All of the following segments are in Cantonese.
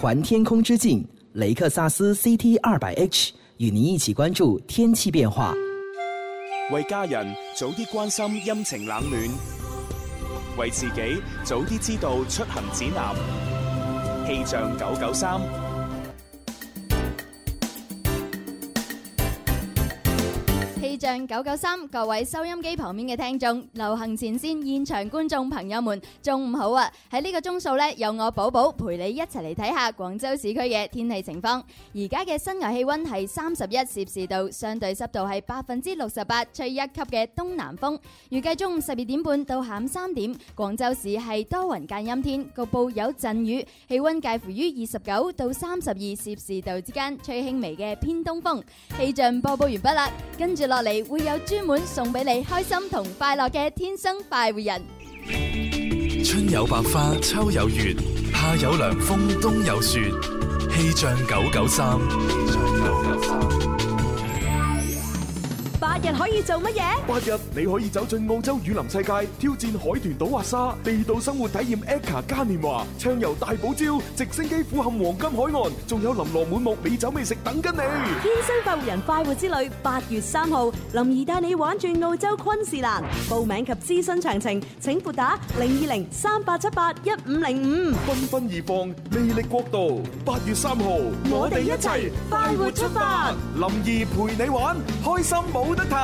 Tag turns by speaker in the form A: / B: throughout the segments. A: 环天空之境，雷克萨斯 CT 二百 H 与您一起关注天气变化。
B: 为家人早啲关心阴晴冷暖，为自己早啲知道出行指南。气象九九三，
C: 气象九九三，各位收音机旁边嘅听众、流行前线现场观众朋友们，中午好啊！喺呢个钟数呢，有我宝宝陪你一齐嚟睇下广州市区嘅天气情况。而家嘅室外气温系三十一摄氏度，相对湿度系百分之六十八，吹一级嘅东南风。预计中午十二点半到下午三点，广州市系多云间阴天，局部有阵雨，气温介乎于二十九到三十二摄氏度之间，吹轻微嘅偏东风。气象播报完毕啦，跟住落嚟会有专门送俾你开心同快乐嘅天生快活人。
D: 春有百花，秋有月，夏有凉風，冬有雪。氣象九九三，
E: 八日可以做乜嘢？
F: 八日你可以走進澳洲雨林世界，挑戰海豚島滑沙，地道生活體驗 ECA 嘉年華，暢遊大堡礁，直升機俯瞰黃金海岸，仲有琳琅滿目美酒美食等緊你。
E: 天生快活人快活之旅，八月三號，林兒帶你玩轉澳洲昆士蘭。報名及諮詢詳情，請撥打零二零三八七八一五零五。
F: 繽紛而放，魅力國度。八月三號，我哋一齊快活出發。林兒陪你玩，開心冇得彈。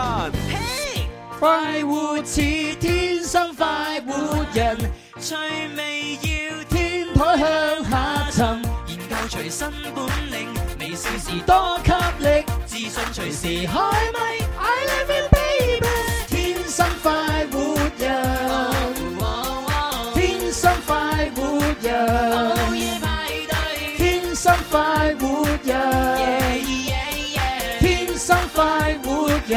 G: 快活似天生快活人，趣味要天台向下沉，研究隨身本領，微笑時多給力，自信隨時開咪。I love you baby，天生快活人，天生快活人，天生快活人，天生快活人。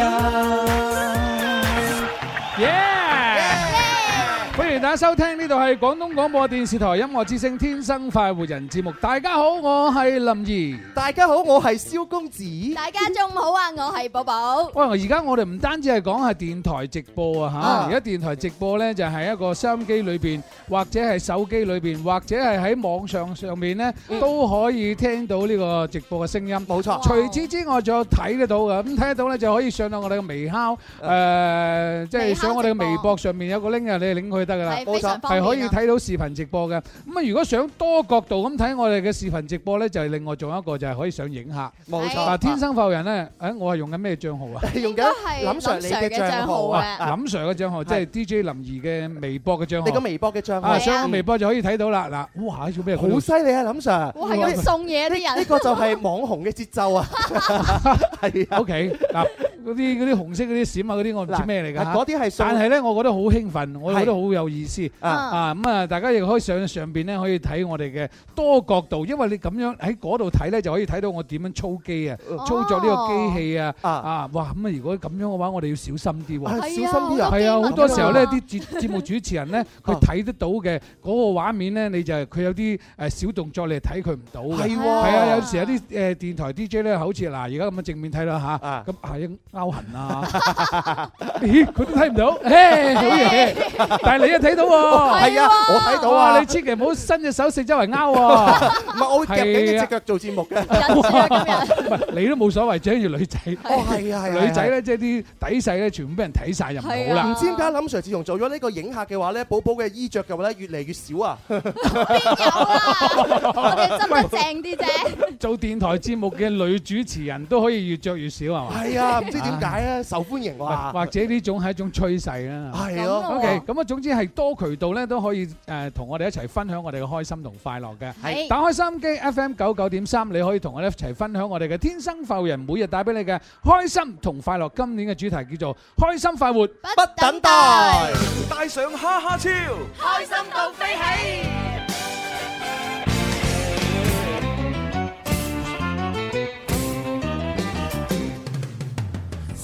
H: 欢迎大家收听呢度系广东广播电视台音乐之声《天生快活人》节目。大家好，我系林怡。
I: 大家好，我係蕭公子。
C: 大家中午好啊，我系宝宝。
H: 喂，而家我哋唔單止係講係電台直播啊
I: 啊
H: 嚇，而家電台直播呢，就係一個收音機裏邊，或者係手機裏邊，或者係喺網上上面呢，都可以聽到呢個直播嘅聲音。
I: 冇錯，
H: 除此之外，仲有睇得到嘅，咁睇得到呢，就可以上到我哋嘅微敲，誒，即係上我哋嘅微博上面有個 link 啊，你拎去得㗎啦。
C: 係非常方便
H: 係
C: 啊
H: 可以睇到視頻直播嘅，咁啊如果想多角度咁睇我哋嘅視頻直播呢，就係另外仲有一個就係可以上影客。
I: 冇錯。
H: 嗱，天生浮人咧，誒，我係用緊咩帳號啊？
I: 用
C: 應該係
I: 緊 林 Sir 你嘅帳號
C: 啊
I: 啊，
H: 林 Sir 嘅帳號，即係 DJ 林怡嘅微博嘅帳
I: 你個
H: 號。
I: 微博嘅帳號
H: 啊，
C: 係
H: 上我微博就可以睇到啦。嗱，哇，做咩？
I: 好犀利啊，林 Sir。
C: 哇，係咁送嘢啲
I: 呢
C: 人，
I: 個就係網紅嘅節奏啊，係啊，
H: O K，嗱，嗰啲嗰啲紅色嗰啲閃啊，嗰啲我唔知咩嚟㗎嚇
I: 嗰啲係數
H: 但係咧，我覺得好興奮，我覺得好有意思。
I: 啊，
H: 啊，咁啊，大家亦可以上上邊咧，可以睇我哋嘅多角度，因為你咁樣喺嗰度睇咧，就可以睇到我點樣操機啊，操作呢
C: 哦
H: 個機器啊，
I: 啊
H: 啊，哇，咁啊，如果咁樣嘅話，我哋要小心啲喎
I: 啊。
C: 係啊
I: 小心啲
H: 係
I: 啊，
H: 啊，
C: 機密
H: 好多
C: 㗎
H: 時候咧，
C: 嘛
H: 啲節 節目主持人咧，佢
I: 啊
H: 睇得到嘅嗰個畫面咧，你就係佢有啲誒小動作，你係睇佢唔到嘅。
I: 係喎，
H: 係啊，
C: 啊
H: 有時有啲誒電台 DJ 咧，好似嗱而家咁樣正面睇啦
I: 啊
H: 嚇，咁係勾 痕啊，咦佢都睇唔到，嘿好嘢！但係你又睇到喎，
I: 係啊，我睇到
H: 哇！
I: 啊，
H: 你千祈唔好伸隻手四周圍 勾喎，
I: 唔係我會夾緊一隻腳做節目嘅，
C: 忍住啊今
H: 唔
C: 日。
H: 係你都冇所謂，只要女仔，
I: 哦係啊係啊，
H: 女仔咧即係啲底細咧，全部俾人睇晒就唔好
C: 係啊
H: 啦。
I: 唔知點解林 Sir 自從做咗呢個影客嘅話咧，寶寶嘅衣着嘅話咧越嚟越少啊，
C: 有啦，我哋執得正啲啫。
H: 做電台節目嘅女主持人都可以越着越少係嘛？
I: 係啊，唔知點解啊，受歡迎
H: 或
I: 哇，
H: 或者呢種係一種趨勢啦。
I: 係咯，
H: OK，咁啊，總之係多渠道咧都可以誒同我哋一齊分享我哋嘅開心同快樂嘅。
C: 係。
H: 打開收音機 FM 九九點三，你可以同我哋一齊分享我哋嘅天生快活人每日帶俾你嘅開心同快樂。今年嘅主題叫做開心快活。
I: 不等待。
B: 帶上哈哈超，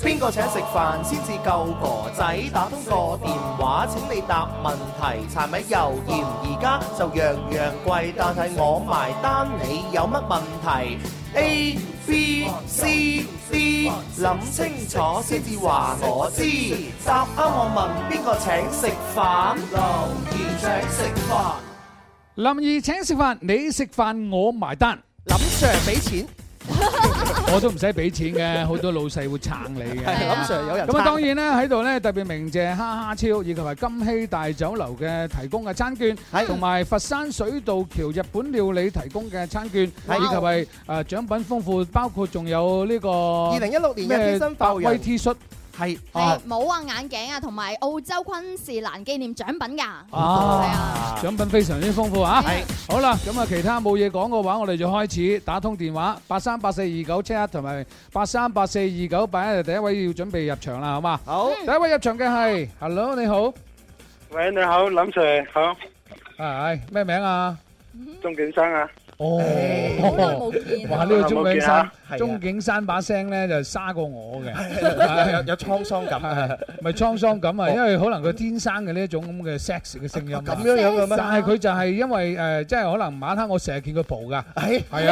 I: 邊個請食飯先至夠哥仔？打通個電話請你答問題，柴米油鹽而家就樣樣貴，但係我埋單，你有乜問題？A B C D，諗清楚先至話我知。答啱我問邊個請食飯？留言請食飯。
H: 林兒請食飯，你食飯我埋單。
I: 林 Sir 俾錢，
H: 我都唔使俾錢嘅，好多老細會撐你嘅。
I: 係林 Sir 有人
H: 咁啊，
I: 撐
H: 當然咧喺度咧特別鳴謝哈哈超以及係金禧大酒樓嘅提供嘅餐券，同埋佛山水道橋日本料理提供嘅餐券，以及
I: 係
H: 係誒獎品豐富，包括仲有呢個二
I: 2016年嘅天生
H: 百
I: 快活人
H: 威 T 恤，
I: 係
H: 啊
C: 帽啊、眼鏡啊，同埋澳洲昆士蘭紀念獎品㗎。
H: 啊，獎品非常之豐富啊！
C: 係
H: 好啦，咁啊，其他冇嘢講嘅話，我哋就開始打通電話八三八四二九七一同埋八三八四二九八一，第一位要準備入場啦，好嘛？
I: 好，
H: 第一位入場嘅係，Hello，你好，
J: 喂，你好，林 Sir，好，
H: 係咩名啊？
J: 钟景生啊，
H: 哦，哇！呢個鐘景山，鐘景山把聲咧就沙過我嘅，
I: 有有滄 桑感。
H: 咪滄桑感啊！因為可能佢天生嘅呢一種咁嘅 sex 嘅聲音啊，
I: 咁樣樣嘅咩
H: 但係佢就係因為誒，即係可能晚黑我成日見佢蒲㗎，
I: 係
H: 係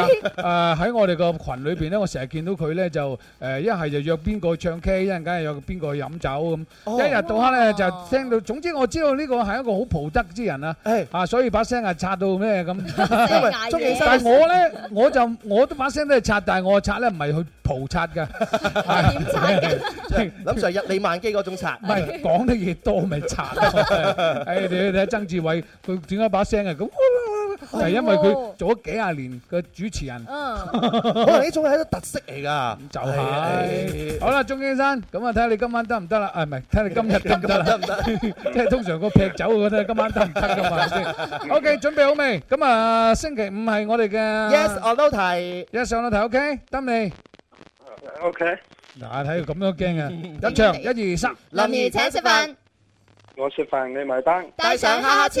H: 啊，誒喺我哋個群裏邊咧，我成日見到佢咧就誒一係就約邊個去唱 K，一陣間又約邊個去飲酒咁，
I: 哦
H: 一日到黑咧就聽到。總之我知道呢個係一個好蒲得之人啊
I: 係，
H: 啊，所以把聲係刷到咩咁。
I: 因為鍾景
H: 但
I: 生
H: 係我咧，我就我都把聲都係刷，但係我刷咧唔係去蒲刷㗎，
I: 林 Sir 日理萬機嗰種刷
H: 唔，係講得嘢多咪刷咯。誒，你睇曾志偉，佢點解把聲係咁？就係因為佢做咗幾廿年嘅主持人，
I: 可能呢種係一個特色嚟㗎。
H: 就
I: 係
H: 係好啦，鍾先生，咁啊睇下你今晚得唔得啦？啊，唔係睇下你今日得唔得啦？
I: 得唔得？
H: 即係通常個劈酒嗰啲，今晚得唔得㗎嘛？先，OK，準備好未？咁啊，星期五係我哋嘅
I: Yes or no 題，
H: 一上到頭，OK，得你。
J: ，O K，
H: 嗱，睇佢咁都驚啊！入場一二三，
C: 林兒請食飯，
J: 我食饭你埋单，
C: 帶上哈哈超。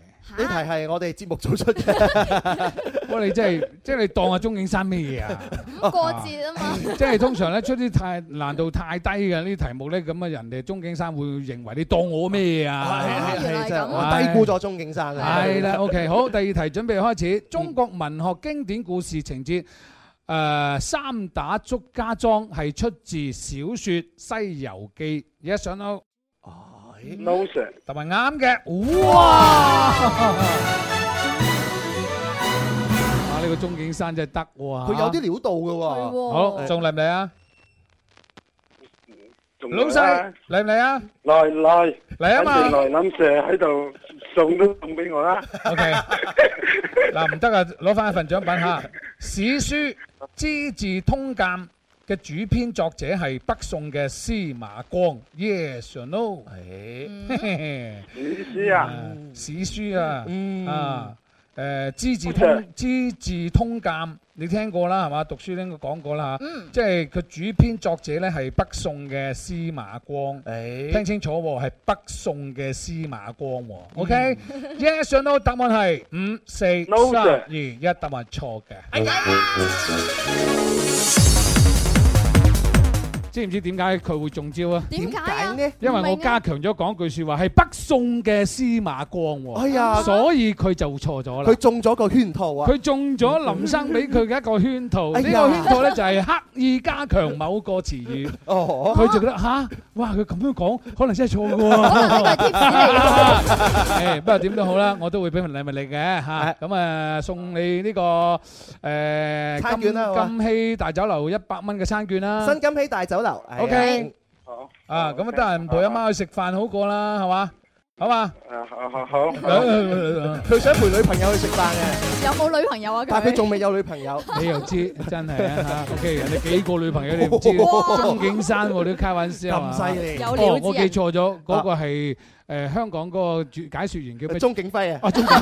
I: 呢題係我哋節目組出嘅，
H: 我哋真係即係你當阿鐘景山咩嘢啊？
C: 咁過節啊嘛，
H: 即係通常咧出啲太難度太低嘅呢啲題目咧，咁啊人哋鐘景山會認為你當我咩啊？
C: 原來係咁
I: 我低估咗鐘景生啊。
H: 係啦，OK，好，第二題準備開始。中國文學經典故事情節，誒、三打祝家莊係出自小説《西遊記》，而家上到
J: 老 Sir，
H: 同埋啱嘅，哇！ 啊，呢、個鐘景山真係得喎，
I: 佢有啲料到嘅喎。
H: 好，仲嚟唔嚟啊？
J: 仲
H: 老細嚟唔嚟啊？
J: 來來，
H: 嚟啊嘛！
J: 來林 Sir 喺度送都送俾我啦，
H: O K，嗱唔得啊，攞翻一份獎品嚇。史書《資治通鑑》嘅主編作者係北宋嘅司馬光，yes or no？
J: 意思啊，
H: 啊史書啊，
I: 嗯
H: 啊誒《資治通
J: 嗯
H: 資治通鑑》，你聽過啦係嘛？讀書應該講過啦嚇，即係佢主編作者咧係北宋嘅司馬光。聽
I: 誒，
H: 清楚喎，係北宋嘅司馬光喎。OK，yes or no？答案係五、四、
J: No,
H: 三、
J: sir.
H: 二、一，答案錯嘅。知唔知點解佢會中招啊？
C: 點解啊？
I: 呢？
H: 因為
C: 唔明
H: 我
C: 啊
H: 加強咗講句説話，係北宋嘅司馬光
I: 哎
H: 喎，
I: 呀，
H: 所以佢就錯咗啦
I: 佢。中咗個圈套啊！
H: 佢中咗林生俾佢嘅一個圈套，
I: 哎
H: 呢
I: 呀
H: 個圈套呢，就係刻意加強某個詞語，
I: 哦，
H: 佢就覺得吓，哇！佢咁樣講，可能真係錯嘅喎。
C: 可能呢個係 tips 嚟嘅。
H: 誒，不過點都好啦，我都會俾份禮物你嘅嚇。咁啊，送你呢個誒
I: 餐券啦係嘛
H: 金金禧大酒樓一百蚊嘅餐券啦。
I: 新金禧大酒樓。
H: OK
J: 好，
H: 啊，咁啊，得閒陪阿媽去食飯好過啦，係嘛？好嘛？
J: 啊，好好好，
I: 佢想陪女朋友去食飯嘅，
C: 有冇女朋友啊？
I: 但係佢仲未有女朋友。
H: 你又知真係啊嚇？OK，人哋幾個女朋友你唔知，
I: 哇
H: 鐘景山喎，你都開玩笑啊
I: 咁犀利，
C: 有料
H: 哦，
C: 之
H: 我記
C: 人
H: 錯咗，嗰個係誒香港嗰個主解説員叫咩？
I: 鐘景輝啊，
H: 啊，仲咁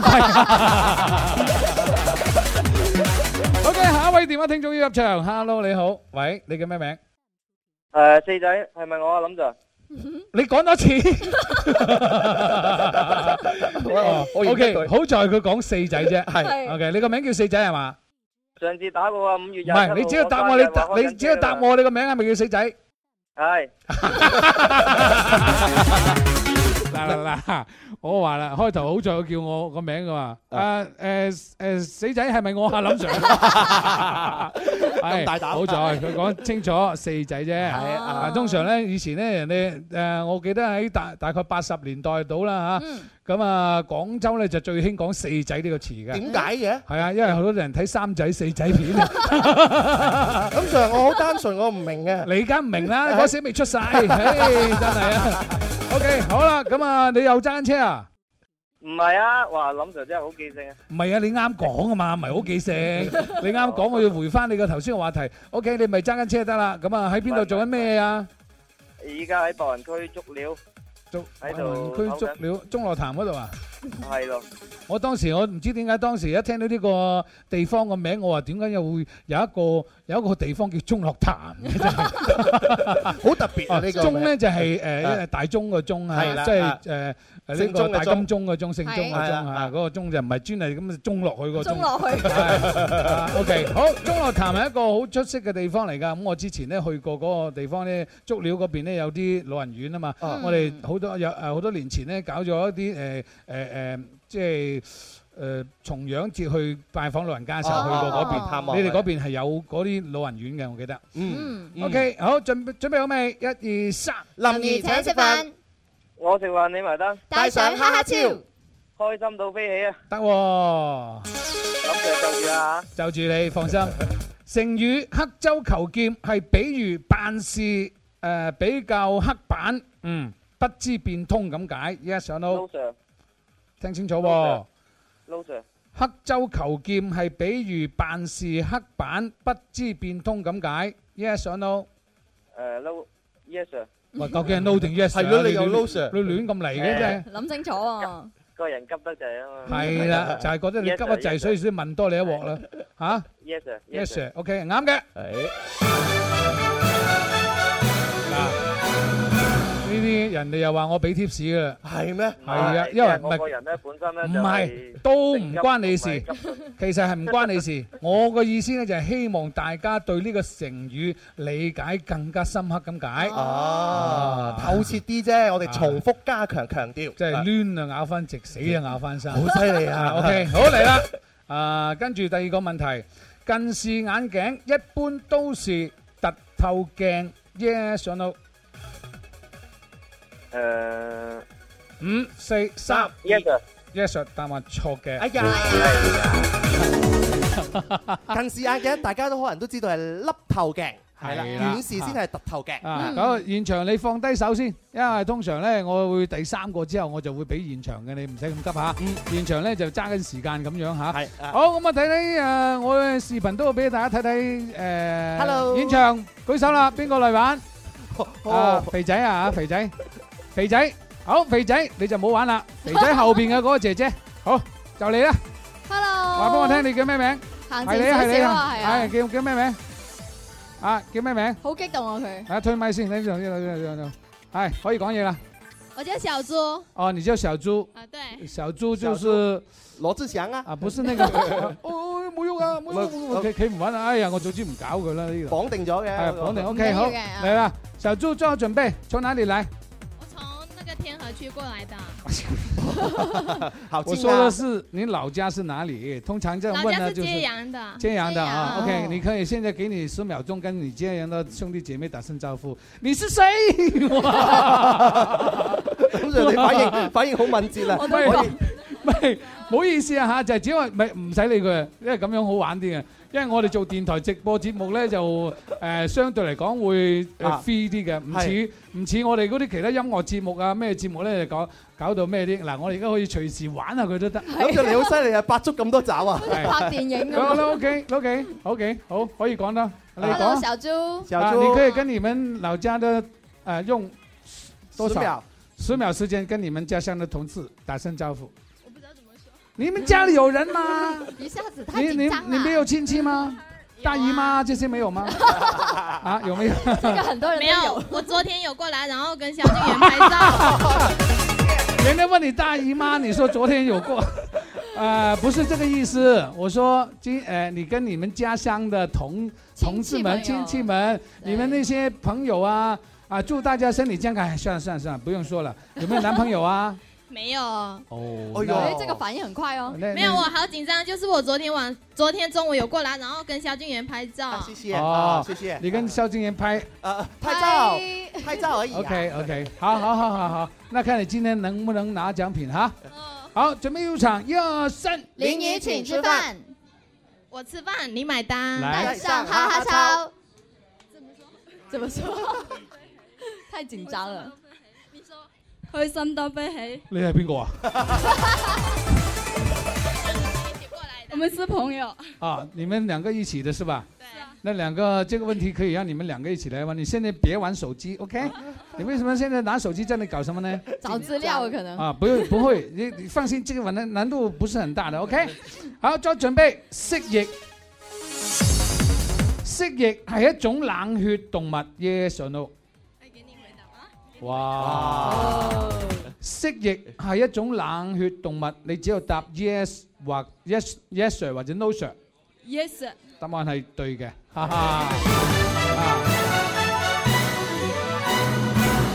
H: 低。OK，下一位電話聽眾要入場。Hello，你好，喂，你叫咩名？
J: 诶，四仔系咪我啊，林 Sir？
H: 你講多次。
I: 我我認得
H: OK，
I: 佢
H: 好在佢講四仔啫。
I: 係
H: OK，你個名叫四仔係嘛？
J: 上次打過啊，五月
H: 唔係，你只要答我，你答你只要答我，你個名係咪叫四仔？嗱嗱嗱，我話啦，開頭好在佢叫我個名噶嘛，啊誒誒死仔係咪我啊林 Sir？咁
G: 大膽
H: 好在佢講清楚四仔啫。係啊，通常咧以前咧人哋誒，我記得喺大大概八十年代到啦嚇，咁啊廣州咧就最興講四仔呢個詞嘅。
I: 點解嘅？
H: 係啊，因為好多人睇三仔四仔片啊。
I: 咁 Sir，我好單純，我唔明嘅。
H: 你而家唔明啦，嗰時未出晒，唉，真係啊。OK，好啦，咁啊，你又爭車啊？唔係啊，你啱講啊嘛，唔係好記性。你啱講，我要回翻你個頭先嘅話題。OK，你咪揸緊車得啦。咁啊，喺邊度做緊咩啊？做
J: 喺度
H: 灣區
J: 唞緊
H: 足料鐘樂潭嗰度啊！
J: 係咯，
H: 我當時我唔知點解，當時一聽到呢個地方個名，我話點解又會有一個有一個地方叫鐘樂潭嘅真係
I: 好特別啊！呢個
H: 鐘咧就係
I: 啊
H: 誒大鐘個鐘
I: 係
H: 啊，
I: 啦
H: 即
I: 啊
H: 係誒誒呢
I: 姓鐘
H: 個
I: 嘅
H: 大
I: 鐘
H: 金鐘個鐘，姓鐘個
I: 係
H: 鐘
I: 啊
H: 啊，嗰個鐘就唔係專係咁鐘落去個鐘
C: 中。落 去。
H: O K，好，鐘樂潭係一個好出色嘅地方嚟㗎。咁我之前咧去過嗰個地方咧，足料嗰邊咧有啲老人院啊嘛。
I: 嗯
H: 我哋好多有誒好多年前咧搞咗一啲誒誒誒，即係誒重陽節去拜訪老人家嘅時候去過嗰邊。
I: 探望
H: 你哋嗰邊係有嗰啲老人院嘅，我記得。
I: 嗯，
C: 嗯，
H: O K，好，準備準備好未？一二三，
I: 林怡請食飯，，
J: 我食飯你埋單，
C: 帶上哈哈超，
J: 開心到飛起啊！
H: 得喎。
J: 諗住就住啦
H: 就住你，放 心。成語刻舟求劍係比喻辦事誒、呃比較刻板，
J: Ừ.
H: 嗯，不知變通咁解。依家上
J: 嚇
H: 到
J: ，Low Sir，Low
H: 聽清楚喎、
J: 好 Sir，
H: 刻舟求劍係比喻辦事刻板，不知變通咁解。依家上到，
J: 誒 Low，Yes Sir，
H: 喂，究竟係 no 定 yes？啊 à,
I: 係咯，你又
H: 亂
I: low Sir，
H: 你亂咁嚟嘅啫。
C: 諗清楚啊！
J: 個人急得滯啊嘛
H: 係啦，就係覺得你急得
J: Yes, sir, yes,
H: 滯，所以先問多你一 鑊啦。嚇
J: ，Yes Sir，Yes
H: ，yes sir，OK，啱嘅。嗱，呢啲人哋又話我俾 tips 噶啦，
I: 係咩？
H: 係啊，因為唔
J: 我個
H: 係
J: 人咧本身咧
H: 唔
J: 就
H: 係都唔關你事，其實係唔關你 事。我個意思咧就係希望大家對呢個成語理解更加深刻咁解，À.
I: 啊，透徹啲啫，我哋重複加強強調，
H: 即係攣啊咬翻直，死啊咬翻生。
I: 好犀利啊
H: 啊，OK，好嚟啦。啊，跟住第二個問題，近視眼鏡一般都是凸透鏡，yes 上到
J: 誒
H: 五四三
J: ，Yes Sir，
H: yes sir，答案錯嘅
I: 哎。 呀，近視眼鏡大家都可能都知道係凹透鏡，
H: 係
I: 係啦，
H: 啦
I: 遠視先係凸透鏡。
H: 啊，咁現場你放低手先，因為通常咧我會第三個之後我就會俾現場嘅，你唔使咁急嚇。現場咧就揸緊時間咁樣嚇。
I: 係啊
H: 好，咁啊睇睇誒我嘅視頻都會俾大家睇睇誒。
I: Hello
H: 現場舉手啦，邊個嚟玩？啊
I: 哦，
H: 肥仔啊，肥仔，肥仔，好肥仔你就唔好玩啦，肥仔後邊嘅嗰個姐 姐，好就你啦，
C: Hello，
H: 話俾我聽你叫咩名？
C: 行
H: 係
C: 前
H: 你啊，
C: 少
H: 係你
C: 少
H: 啊
C: 啊，，係
H: 係
C: 啊，
H: 叫叫咩名？啊，叫咩名？
C: 好激動啊佢，
H: 啊，推咪先，呢度呢度呢度呢度，哎，可以講嘢啦。
C: 我叫小豬
H: 哦，你叫小豬，
C: 啊，對，
H: 小豬
I: 小
H: 就是
I: 羅志祥啊，
H: 啊，不是那個，哦哦冇用
I: à,
H: 啊，冇用冇用，
I: 唔係
H: 佢佢唔揾啊，哎呀，我早知唔搞佢啦呢個，
I: 綁定咗嘅，
H: 係綁定
C: 唔
H: OK
C: 緊要
H: 好
C: 嘅啊
H: 嚟啦，小豬做好準備，從哪裡來？
K: 我从那个天河区过来的，
I: 好
H: 我
I: 尖
H: 說的
I: 啊，
H: 是你老家是哪裡？通常這樣
K: 老
H: 問
K: 家
H: 呢
K: 是
H: 就
K: 揭
H: 是。
K: 阳的。
H: 揭阳的啊
C: 揭阳
H: ，OK，你可以現在給你十秒鐘，跟你揭阳的兄弟姐妹打聲招呼。你是誰？
I: 咁就你反應反應好敏捷啦，
H: 喂喂，唔好意思啊嚇，就係只係唔唔使理佢，因為咁樣好玩啲嘅。因為我哋做電台直播節目咧，就誒相對嚟講會誒
I: 啊
H: free 啲嘅，唔
I: 係
H: 似唔似我哋嗰啲其他音樂節目啊咩節目咧，就搞搞到咩啲。嗱，我哋而家可以隨時玩下佢都得。
I: 咁就你好犀利啊，八足咁多爪啊！
H: 係
C: 拍電影
H: 好
C: 咁。
H: 啦，OK，OK，OK，好，可以講啦。你
C: Hello，
H: 講，
C: 小豬，
I: 小
H: 啊，你可以
I: 豬，
H: 跟你們老家的誒用多
I: 十
H: 少
I: 秒
H: 十秒時間跟你們家鄉的同志打聲招呼。
K: 我不知道怎么说。
H: 你們家裡有人嗎？
C: 一下子太
H: 你你
C: 緊張啊
H: 你没
C: 了，
H: 有啊亲戚吗？大姨妈啊这些没有 吗？啊，有没 有？
C: 這個很多人
K: 没
C: 都
K: 有，我昨天有过来，然后跟小静员拍
H: 哎
K: 照。
H: 人家问你大姨妈，你说昨天有过。 呃，不是这个意思，我说今呃，你跟你们家乡的同同
C: 亲戚
H: 志们、
C: 朋友
H: 亲戚们，
C: 对
H: 你们那些朋友啊，啊，祝大家身体健康。哎算了算了算了，不用说了。有没有男朋友 啊？
K: 没有。
H: 哦
K: 哎呦
H: 那
K: 这个反应很快哦
H: 那
K: 没有，
C: 啊
K: 我好紧张。就是我昨天晚，昨天中午有过来，然后跟萧敬元拍照。谢
I: 谢
H: 哦
I: 啊，谢谢
H: 你跟萧敬元拍
I: 拍照，拍照而已啊。
H: ，OK OK，好好好好好，那看你今天能不能拿奖品哈。好，准备入场，一二三，
K: 林宇请吃饭，我吃饭，你买单。
H: 来
K: 带上哈哈超。怎么说？
C: 太紧张了。
L: 開心到飛起，
H: 你係邊個啊？
L: 我們是朋友。
H: 啊，你们两个一起的是吧？那两个这个问题可以让你们两个一起来玩。你现在别玩手机，OK？你为什么现在拿手机在那搞什么呢？
C: 找资料啊可能。
H: 啊，不用，不会，你你放心，这个玩的难度不是很大的，OK？好，作準備，蜥蜴。蜥蜴係一種冷血動物，Yes or no？哇！蜥蜴係一種冷血動物，你只要答 yes 或 yes yes sir 或者 no sir。
L: Yes，sir
H: 答案係對嘅，哈哈。啊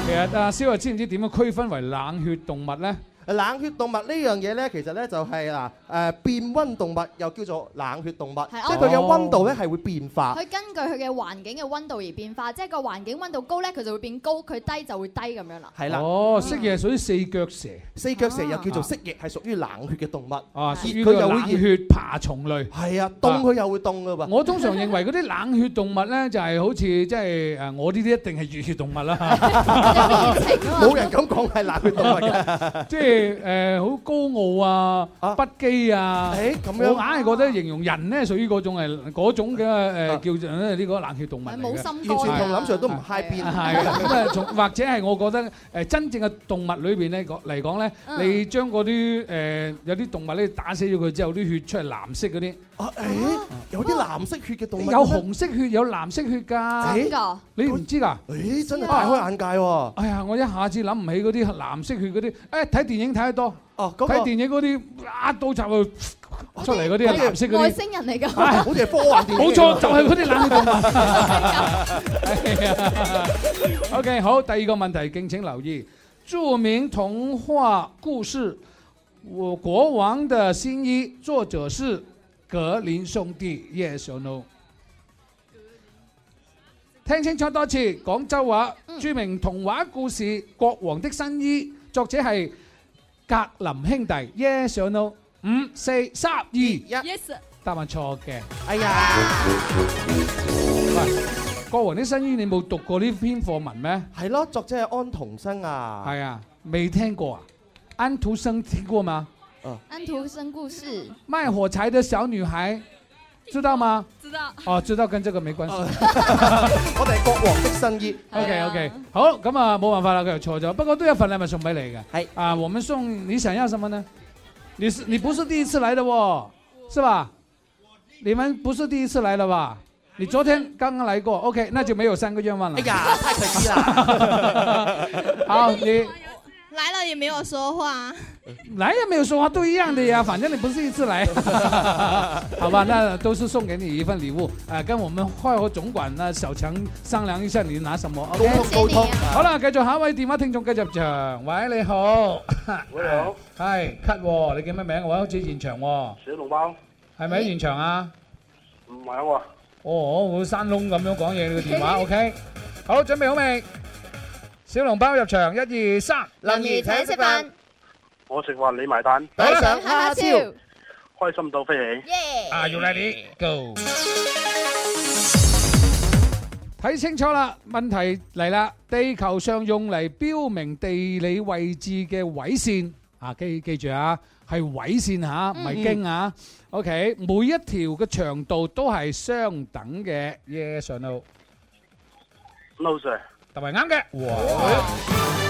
H: 其實阿蕭啊，知唔知點樣區分為冷血動物咧？
I: 冷血動物呢樣嘢咧，其實咧就係嗱誒變温動物，又叫做冷血動物，即係佢嘅温度咧係會變化。
C: 佢根據佢嘅環境嘅温度而變化，即係個環境温度高咧，佢就會變高；佢低就會低 咁樣啦。
I: 係啦。
H: 哦，蜥蜴係屬於四腳蛇。
I: 四腳蛇又叫做蜥蜴，係屬於冷血嘅動物。
H: 啊，
I: 熱
H: 屬於
I: 佢
H: 佢又
I: 又會
H: 冷
I: 熱，
H: 血爬蟲類。
I: 係啊，凍佢又會凍噶喎。
H: 我通常認為嗰啲冷血動物咧，就係好似即係誒我呢啲一定係熱血動物啦，
I: 冇人咁講係冷血動物嘅，
H: 即係誒好高傲啊、不羈啊。
I: 誒咁
H: 我
I: 樣
H: 硬係覺得形容人咧屬於嗰種係嗰種嘅
I: 啊
H: 誒叫做咧呢個冷血動物嚟嘅。
I: 冇心肝啊完全同林 Sir 都唔 high
H: 係
I: 邊
H: 啊咁啊， 從或者係我覺得誒真正嘅動物裏邊咧講嚟講咧，
I: 嗯
H: 你將嗰啲誒有啲動物咧打死咗佢之後，啲血出係藍色嗰啲。
I: Ờ, 誒有啲藍色血嘅動物
H: 有紅色血，有藍色血㗎。
I: 真㗎？
H: 你唔知㗎？
I: 誒真係大開眼界喎！
H: 哎呀，我一下子諗唔起嗰啲藍色血嗰啲，誒睇電影睇得多。
I: 哦，
C: 嗰個
H: 睇電影嗰啲啊刀插佢
I: Ờ,
H: 出嚟嗰啲係藍色嗰
C: 外
H: 啲。
C: 星 人嚟㗎，
H: 哎好
I: 似係科幻電影
H: 冇錯，就係嗰啲冷血動物。O K，好，第二個問題，敬請留意。著名童話故事《我國王的新衣》，作者是格林兄弟。Yes or no？聽清楚多次，廣州話著名童話故事《國王的新衣》，作者係格林兄弟。Yes or no？五、四、三、二、一。
L: Yes，
H: 答案錯嘅。
I: 哎呀，
H: 喂，國王的新衣你冇讀過呢篇課文咩？
I: 係咯，作者係安徒生啊。
H: 係啊，未聽過啊？安徒生聽過嗎？
C: 安徒生故事。
H: 賣火柴的小女孩，知道嗎？
L: 知道。
H: 哦，知道跟這個沒關係。
I: 我哋係國王的新衣。
H: OK OK，好，咁啊冇辦法啦，佢又錯咗，不過都有份禮物送俾你嘅。
I: 係
H: 啊，我們送你想要什麼呢？你是你不是第一次來的喎，是吧？你們不是第一次來了吧？你昨天剛剛來過，OK，那就沒有三個願望了。哎
I: 呀，太可惜啦！
H: 好，你
K: 哎来了也没有说话。
H: 来也没有说话，都一样的呀，反正你不是一次 来，好吧？那都是送给你一份礼物，啊，跟我们快活总管呢小强商量一下，你拿什么？OK，
I: 沟通沟通
H: 好啦，繼續下一位電話聽眾繼續入場，喂，你好，
M: 喂，你 好，
H: 係 cut 喎，你叫咩名？我好似現場喎，
M: 小籠包，
H: 係咪喺現場啊？
M: 唔係喎，
H: 哦，我會山窿咁樣講嘢，你個電話 OK，好，準備好未？小籠包入場，一二三，
M: 林怡請食飯，我食飯你埋單，
H: 抵上
M: 蝦超，開心到飛起。
H: Are you ready? Go！睇清楚啦，問題嚟啦。地球上用嚟標明地理位置嘅緯線啊，記記住啊，係緯線嚇，唔係經啊。OK，每一條嘅長度都係相等嘅。Yes or no？
M: No sir，
H: 同埋啱嘅。哇！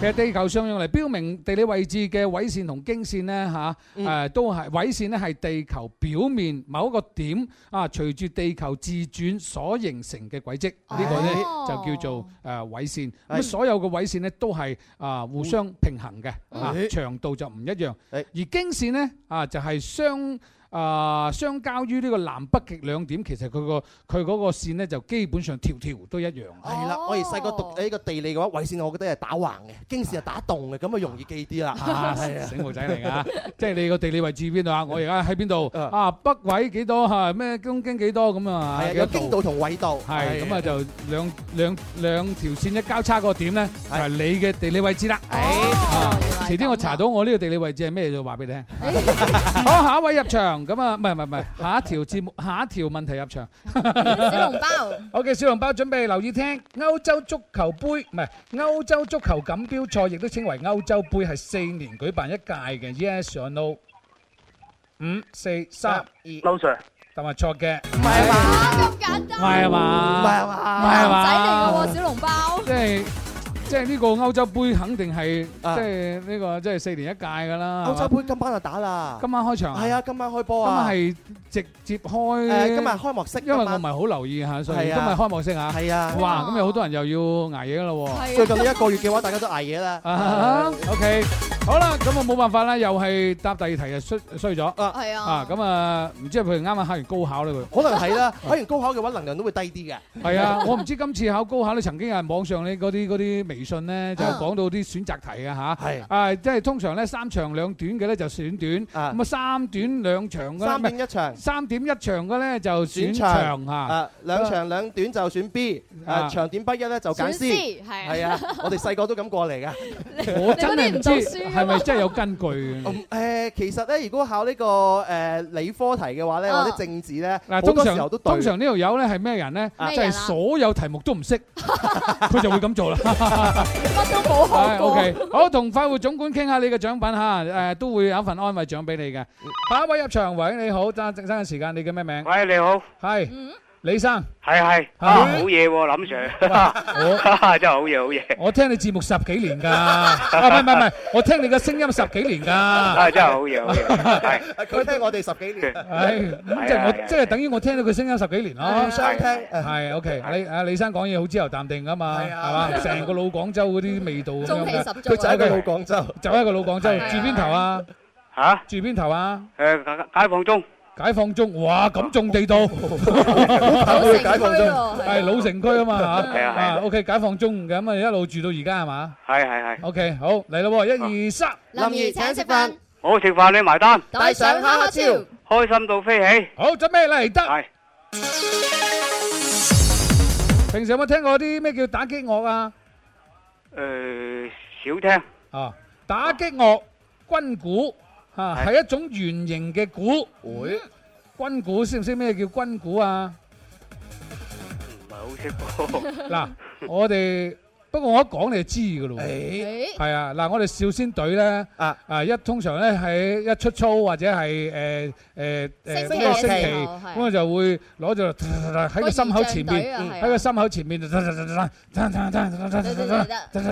H: 其實地球上用嚟標明地理位置嘅緯線同經線呢，嚇、誒、都係緯線呢係地球表面某一個點啊，隨住地球自轉所形成嘅軌跡，呢、個呢就叫做誒緯線。咁
I: 係
H: 所有嘅緯線呢都係啊互相平衡嘅，啊
I: 嗯
H: 長度就唔一樣。
I: 而
H: à, 經線呢啊就係相啊，相交於呢個南北極兩點，其實佢個佢嗰個線咧就基本上條條都一樣。
I: 係啦，我哋細個讀呢個地理嘅話，緯線我覺得係打橫嘅，經線係打動嘅，咁啊容易記啲啦。
H: 啊，
I: 哎
H: 醒目仔嚟㗎，即係你個地理位置邊度啊？我而家喺邊度啊？北緯幾多嚇？咩東經幾多咁啊？
I: 係啊
H: 幾多
I: 有經度同緯度
H: 係
I: 係
H: 咁啊，就兩兩兩條線一交叉嗰個點咧，就係你嘅地理位置啦。
I: 哎
H: 啊遲啲我查到我呢個地理位置係咩，就話俾你 聽。好，下一位入場咁啊，唔係唔係唔係，下一條節目，下一條問題入場。
N: 小 籠包。
H: OK，小籠包準備留意聽。歐洲足球杯唔係歐洲足球錦標賽，亦都稱為歐洲杯，係四年舉辦一屆嘅。Yes or no？五、四、三、二。
M: Low Sir，
H: 答案錯嘅。
C: 簡單。
H: 唔係啊嘛，
C: 唔係啊嘛
H: 唔係啊嘛，
C: 男仔嚟嘅喎小籠包
H: 即係即係呢個歐洲杯肯定係即係呢個即係四年一屆㗎啦。
I: 歐洲
H: 係嘛
I: 杯今晚就打啦，
H: 今晚開場啊
I: 係啊，今晚開
H: 今
I: 波
H: 日
I: 啊，
H: 係直接開
I: 誒，今日開幕式，
H: 因為我唔係好留意嚇，所以
I: 係
H: 今日
I: 啊
H: 開幕式嚇。
I: 係啊
H: 哇！咁有好多人又要捱夜㗎咯喎。
I: 最近呢一個月嘅話，大家都捱夜啦。
H: 啊，OK，好啦，咁啊冇辦法啦，又係答第二題就衰衰咗。
I: 係啊
H: 啊，咁啊，唔知係佢啱啱考完高考咧， 佢
I: 可能係啦， 考完高考嘅話，能量都會低啲嘅。
H: 係啊，我唔知今次考高考咧，曾經有人網上咧嗰啲嗰啲微信咧就講到啲選擇題嘅嚇，
I: 係
H: 啊，即係通常咧三長兩短嘅咧就選短，咁啊三短兩長嘅呢
I: 三點一場，
H: 三點一長嘅咧就選長
I: 長
H: 嚇
I: 啊，，兩長兩短就選 B，
H: 啊
I: 誒長短不一咧就
H: 選
I: 揀
H: C，
I: C，
H: 係啊
I: 係啊，我哋細個都咁過嚟㗎。
H: 我真係唔知係咪真係有根據嘅。
I: 誒，其實咧，如果考呢個誒理科題嘅話咧，
H: 啊
I: 或者政治咧，好
H: 嗱，通
I: 多時候
H: 常
I: 都對
H: 通常呢條友咧係咩人咧？
I: 啊
H: 即係所有題目都唔 識，佢就會咁做啦。
C: 乜都冇
H: O
C: 學過。
H: K，好，同快活總管傾下你嘅獎品嚇，誒都會有一份安慰獎俾你嘅。下一位入場，喂，你好，爭爭緊時間，你嘅咩名？
O: 喂，你好，
H: 係李生。
O: 係係，
H: 啊
O: 啊好嘢喎，林 Sir，真係好嘢好 嘢，
H: 我聽你節目十幾年㗎， 啊唔係唔係唔係，我聽你嘅聲音十幾年㗎。
O: 啊真係好嘢好嘢， 係
I: 佢聽我哋十幾年，
H: 唉，咁即係我即係等於我聽到佢聲音十幾年咯，
I: 互相聽
H: 係 OK。李啊李生講嘢好自由淡定噶嘛，
I: 係啊
H: 係嘛？成個老廣州嗰啲味道咁
I: 中氣
H: 樣
I: 十
H: 嘅，
I: 足啊佢就係一個老廣
H: 州，就係一個老廣州。
O: 係啊
H: 住邊頭啊？
O: 嚇
H: 住邊頭啊？
O: 誒解解放中，
H: 解放中，哇咁仲 地道，
O: 跑去解放中係啊
H: 係老城區啊嘛嚇，
O: 係啊係啊
H: OK 解放中咁啊一路住到而家係嘛
O: 係係係，
H: ？OK 好嚟咯喎，一二三，
O: 林兒請
I: 食飯，
O: 我食飯你埋單，
H: 帶上哈哈超
O: 開心到飛起，
H: 好準備嚟得，
O: 係
H: 平時有冇聽過啲咩叫打擊樂啊？
O: 誒少聽，
H: 啊，打擊樂軍鼓啊，
O: 係
H: 係一種圓形嘅鼓。會軍鼓識唔識咩叫軍鼓啊？
O: 唔係好識喎，
H: 嗱，我哋不過我一講你就知噶咯喎。
O: 誒
H: 係啊，嗱，我哋少先隊咧啊啊一通常咧喺一出操或者係誒誒誒
O: 升旗
H: 呢個升
O: 嘅
H: 旗，
O: 時候係
H: 咁我就會攞咗喺個心口前
O: 個儀仗隊啊
H: 面，
O: 係啊
H: 喺個心口前面就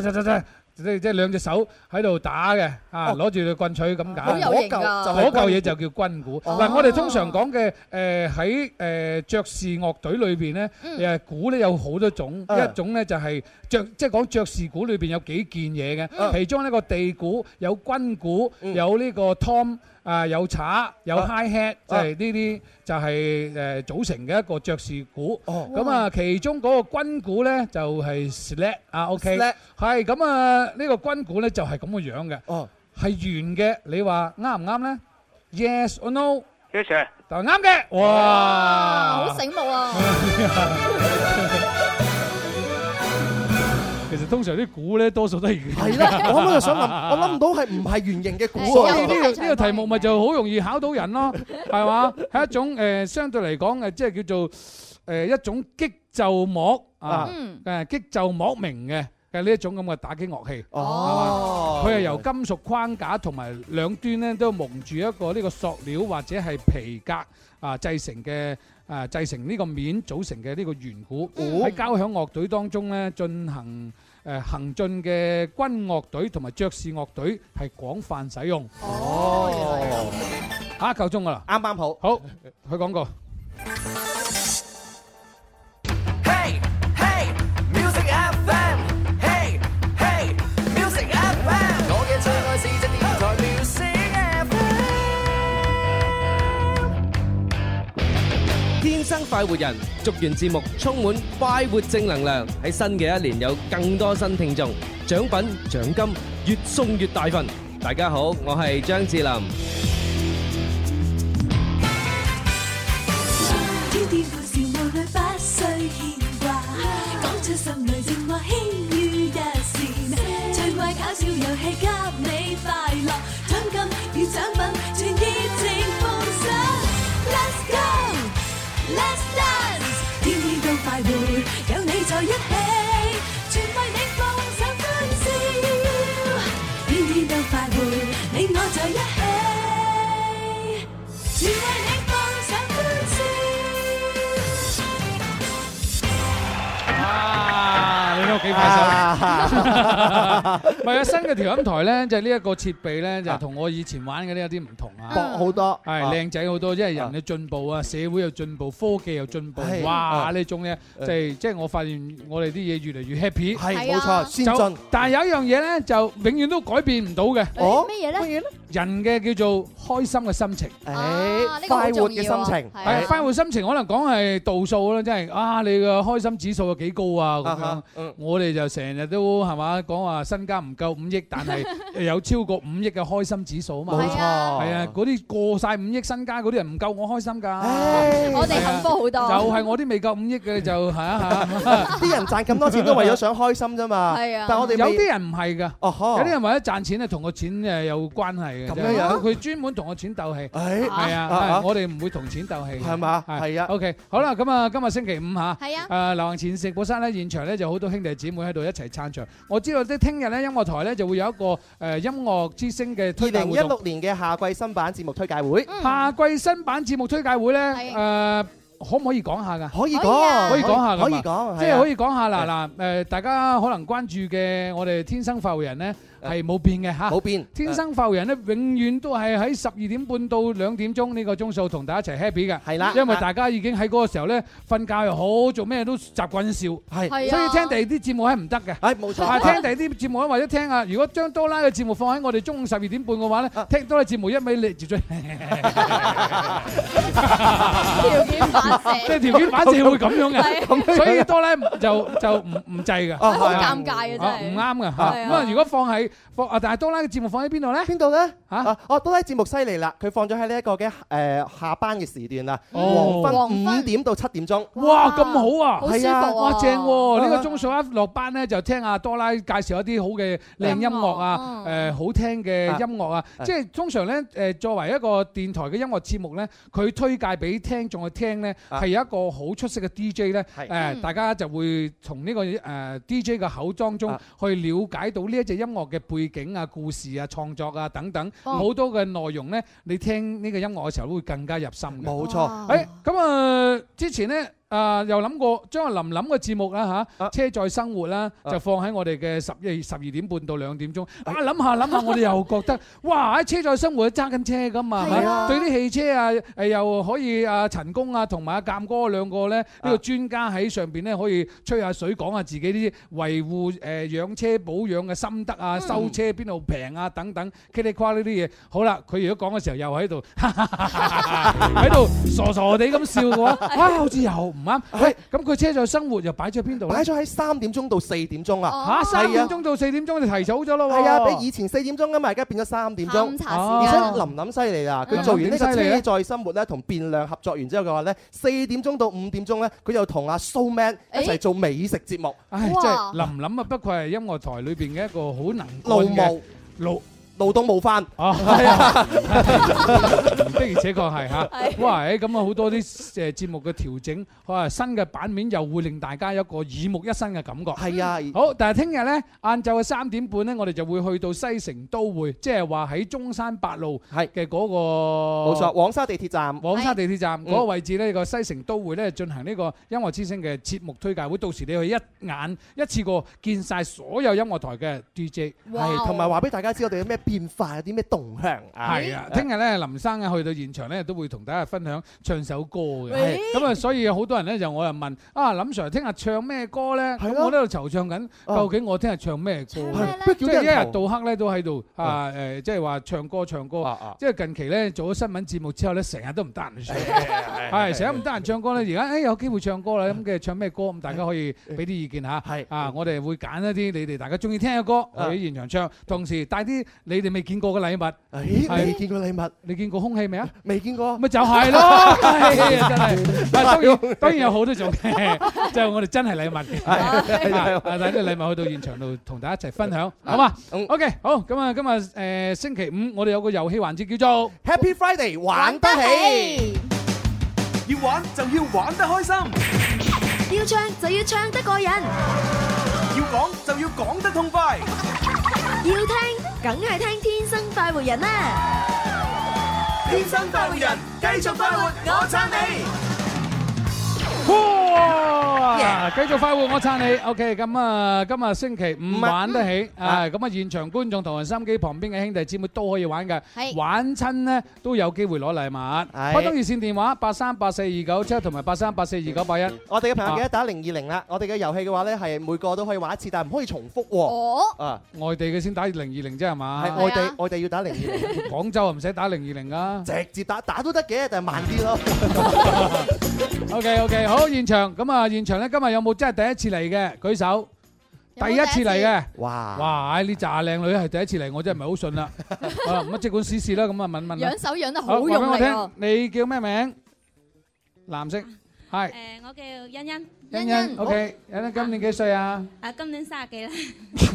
H: 即係即係兩隻手喺度打嘅，啊攞住個棍錘咁打。
I: 好有型㗎
H: 嗰嚿嘢就叫軍鼓。
I: 哦
H: 嗱，我哋通常講嘅誒喺誒爵士樂隊裏邊咧，
I: 嗯
H: 誒鼓咧有好多種，
I: 嗯
H: 一種咧就係爵，即係講爵士鼓裏邊有幾件嘢嘅，
I: 嗯
H: 其中呢個地鼓有軍鼓，有呢個 tom。啊，有镲，有
I: 啊
H: hi hat，即係呢啲就係誒組成嘅一個爵士鼓。咁
I: 哇
H: 啊，其中嗰個軍鼓咧就係 slap 啊，OK，À,
I: slap
H: 係咁啊，呢個軍鼓咧就係咁嘅樣嘅。哦，係圓嘅，你話啱唔啱咧？Yes or no？
O: ，Yes sir，
H: 就啱嘅，
C: 啊，
H: 哇！
C: 好醒目啊！
H: 其實通常啲鼓咧，多數都係圓。
I: 係啦，我啱啱就想諗，我諗唔到係唔係圓形嘅鼓
H: 所
I: 啊
H: 以呢個呢個題目咪就好容易考到人咯，係嘛？係一種誒相對嚟講誒，即係叫做誒一種擊奏樂啊
C: À.
H: 誒
I: 啊，
H: 擊奏樂鳴嘅嘅呢一種咁嘅打擊樂器。
I: 哦
H: 係嘛佢係由金屬框架同埋兩端咧都蒙住一個呢個塑料或者係皮革啊製成嘅。啊！製成呢個面組成嘅呢個圓鼓，喺交響樂隊當中咧進行誒行進嘅軍樂隊同埋爵士樂隊係廣泛使用。哦，嚇夠鐘噶啦，
I: 啱啱好。
H: 好，去廣告。
N: Hey, hey, music FM. Hey, hey, music FM. 我嘅最愛是隻電台 music FM。
P: 快活人，祝願節目充滿快活正能量，喺新嘅一年有更多新聽眾，獎品獎金越送越大份。大家好，我係張智霖。
Q: 天天歡笑，無慮不需牽掛，講出心裏情話，輕於一線。趣怪搞笑遊戲給你快樂，獎金與獎品全熱情奉上。Let's go，Let's dance，天天都快活，有你在一起，全為你放上歡笑。天天都快活，你我在一起，全為你放上歡笑。
H: 啊！你睇我
I: À.
H: 幾 快手， 唔係啊！新嘅調音台咧，就係呢一個設備咧，就係同我以前玩嘅呢有啲唔同啊，
I: 薄好多
H: 係
I: 啊
H: 靚仔好多，因為人嘅進步啊，社會又進步，科技又進步
I: 係，
H: 哇！
I: 啊
H: 呢種咧，即係即係我發現我哋啲嘢越嚟越 happy，
I: 係係冇錯啊先進
H: 就但係有一樣嘢咧，就永遠都改變唔到嘅。
I: 哦
C: 咩嘢咧？
H: 人嘅叫做開心嘅心情，
I: 呢個好快活嘅重要啊心情係啊
H: 係快活心情，可能講係度數啦，即係啊，你嘅開心指數有幾高啊咁
I: 啊哈
H: 樣。我哋就成日都係嘛講話身家唔夠五億， 但係有超過五億嘅開心指數啊嘛。
I: 冇錯
H: 係啊，嗰啲過晒五億身家嗰啲人唔夠我開心㗎。
C: 我哋幸福好多
H: 係啊就係我啲未夠五億 嘅就係啊係啊。
I: 啲人賺咁多錢都為咗想開心啫嘛。
H: 係啊
I: 但我哋
H: 有
I: 未
H: 啲人唔係㗎，
I: Ờ,
H: 有啲人為咗賺錢咧，同個錢誒有關係嘅。
I: 咁樣樣
H: 佢專門同個錢鬥氣。
I: 誒
H: 係啊
I: 啊啊
H: 係，我哋唔會同錢鬥氣嘅。
I: 係嘛係啊
H: OK，好啦，咁啊，今日星期五嚇。
I: 係啊
H: 誒，流行前食嗰山咧，現場咧就好多兄弟姊妹喺度一齊撐場。我知道即係聽日咧，音樂台咧就會有一個誒音樂之星嘅推
I: 二
H: 介
I: 零一
H: 活動
I: 六。年嘅夏季新版節目推介會。
H: 夏季新版節目推介會咧，誒可唔可以講下㗎？
I: 可以講
H: 可以講下㗎嘛
I: 可以講
H: 即
I: 係
H: 係
I: 啊
H: 可以講下啦嗱誒，大家可能關注嘅我哋天生快活人咧係冇變嘅嚇，
I: 冇變
H: 天生快活人咧永遠都係喺十二點半到兩點鐘呢個鐘數同大家一齊 happy 嘅，係
I: 啦
H: 因為大家已經喺嗰個時候咧瞓覺又好，做咩都習慣笑，係
I: 係
H: 所以
I: 啊
H: 聽第二啲節目係唔得嘅，
I: 係冇錯
H: 啊聽第二啲節目咧或者聽啊，如果將多拉嘅節目放喺我哋中午十二點半嘅話咧，聽多拉節目一味你接咗。
N: 條件反射
H: 即係條件反射會咁樣
N: 係
H: 嘅，所以多咧就就唔唔制嘅，
N: 啊好尷尬啊真係
H: 啊唔啱嘅嚇。
I: 係啊
H: 咁啊，如果放喺放啊，但係多啦嘅節目放喺邊度咧？
I: 邊度咧？啊！哦，多拉節目犀利啦，佢放咗喺呢一個嘅誒下班嘅時段啦，
H: 哦
I: 黃昏五點到七點鐘。
H: 哇，咁好啊！
I: 係啊
H: 哇，正
C: Ờ,
H: 喎！呢個
I: 啊
H: 鐘數一落班咧，就聽阿多拉介紹一啲好嘅靚音樂啊，誒好聽嘅音樂啊。
I: 啊
H: 即係通常咧，誒作為一個電台嘅音樂節目咧，佢推介俾聽眾去聽咧，
I: 啊
H: 係有一個好出色嘅 DJ 咧，
I: 係
H: 誒
I: 嗯
H: 大家就會從呢個誒 DJ 嘅口當中去了解到呢一隻音樂嘅背景啊、故事啊、創作啊等等，
I: 哦
H: 好多嘅內容咧，你聽呢個音樂嘅時候都會更加入心嘅。
I: 冇錯
H: 誒。咁啊，之前咧啊，又諗過將阿林林嘅節目啦嚇，車載生活啦，
I: 啊
H: 就放喺我哋嘅十一十二點半到兩點鐘。啊，諗下諗下，我哋又覺得， 哇！喺車載生活揸緊車噶嘛，
I: 係啊
H: 對啲汽車啊，誒又可以啊陳工啊同埋阿鑑哥兩個咧，呢個專家喺上邊咧可以吹下水，講下自己啲維護誒養車保養嘅心得啊，修車邊度平啊等等，K 哩跨呢啲嘢。好啦，佢如果講嘅時候又 喺度。喺度傻傻地咁笑 嘅話，啊，好似又唔啱。喂，咁佢車載生活又擺咗喺邊度咧？
I: 擺咗喺三點鐘到四點鐘啊！
H: 嚇三點
I: 係啊
H: 鐘到四點鐘，你提早咗咯喎。
I: 係啊，比以前四點鐘㗎嘛，而家變咗三點
H: 下
I: 鐘
H: 午。茶時間
I: 而且林林犀利啦，
H: 嗯
I: 佢做完呢個
H: 林林犀利啊
I: 車載生活咧，同變量合作完之後嘅話咧，四點鐘到五點鐘咧，佢又同阿蘇 Man 一齊做美食節目。
H: 唉，即係林林啊，不愧係音樂台裏邊嘅一個好能
I: 勞
H: 幹嘅
I: 務
H: 勞
I: 勞動模範。
H: 啊， 係啊，的而且確係 嚇。哇，誒咁啊，好多啲誒節目嘅調整，啊新嘅版面又會令大家有一個耳目一新嘅感覺。
I: 係啊
H: 好，但係聽日咧晏晝嘅三點半咧，我哋就會去到西城都會，即係話喺中山八路嘅嗰個
I: 冇錯，黃沙地鐵站。
H: 黃沙地鐵站
I: 嗯
H: 嗰個位置呢個西城都會咧進行呢個音樂之星嘅節目推介會，到時你去一眼一次過見晒所有音樂台嘅 DJ，
I: 係，同埋話俾大家知我哋有咩變化，有啲咩動向啊？
H: 係啊，聽日咧林生啊去到現場咧都會同大家分享唱首歌嘅
I: 係，
H: 咁啊所以好多人咧就我又問啊林 Sir 聽日唱咩歌咧？咁我呢度惆悵緊，究竟我聽日唱咩歌咧？
I: 不如
H: 即
I: 叫啲
H: 係一
I: 人
H: 日啊到黑咧都喺度啊誒，即係話唱歌唱歌，即係近期咧做咗新聞節目之後咧，成日都唔得閒唱歌。 係成日唔得閒唱歌咧，而家哎誒有機會唱歌啦，咁嘅唱咩歌咁大家可以俾啲意見嚇。係啊，我哋會揀一啲你哋大家中意聽嘅歌喺現場唱，同時帶啲你哋未見過嘅禮物。
I: 咦哎未
H: 見過禮物？你見過空氣未啊？未見過。咪就係 咯，係真係。但係當
I: 係
H: 然當然有好多種嘅， 即係我哋真 係禮物嘅。啊但係呢禮物去到現場度同大家一齊分享，好嘛？OK，好咁啊，今日誒星期五我哋有個遊戲環節叫做
I: Happy Friday 玩得起。
F: 要玩就要玩得開心，
Q: 要唱就要唱得過癮，
F: 要講就要講得痛快，
Q: 要聽梗係聽天生快活人啦！
F: 天生快活人，繼續快活，我撐你。
H: 哇！繼續快活，我撐你。OK，咁啊，今日星期五玩得起啊！咁啊，現場觀眾同埋心機旁邊嘅兄弟姊妹都可以玩嘅
R: 係，
H: 玩親咧都有機會攞禮物。開通熱線電話八三八四二九七同埋八三八四二九八一。
I: 我哋嘅
H: 啊
I: 朋友記得打零二零啦。我哋嘅遊戲嘅話咧，係每個都可以玩一次，但係唔可以重複
C: 喎。
I: 啊，
H: 外地嘅先打零二零哦啊啫係嘛？
I: 係外地，外地要打零二零。
H: 廣州啊唔使打零二零啊噶，
I: 直接打打都得嘅，但係慢啲咯。
H: OK OK，好現場咁啊，現場咧今日有冇真係第一次嚟嘅？舉手。第一次嚟嘅，
I: 哇
H: 哇！呢扎靚女係第一次嚟，我真係唔係好信啦。啊咁啊，即管試試啦，咁啊問問啦。
C: 養手養得
H: 好啊
C: 好
H: 話
C: 用
H: 俾我
C: 力
H: 聽
C: 喎，，
H: 你叫咩名？藍色，係
L: 诶，呃我叫欣欣，
H: 欣欣，OK，欣欣今年幾歲啊？
L: 啊，今年卅幾啦，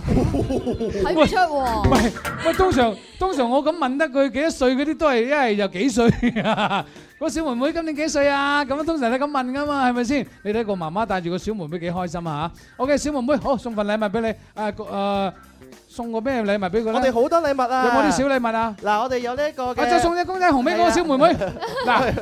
H: 睇
L: 睇唔出喎
H: 喂喂，通常通常我咁問得佢幾多歲嗰啲都係一係就幾歲啊？ 個小妹妹今年幾歲啊？咁通常你咁問噶嘛，係咪先？你睇個媽媽帶住個小妹妹幾開心啊嚇！OK，小妹妹好，送份禮物俾你啊個誒，送個咩禮物俾佢咧？
I: 我哋好多禮物啊
H: 有冇啲小禮物啊？
I: 嗱，我哋有呢一個嘅，啊
H: 我就送只公仔紅俾嗰個小妹妹。 嗱，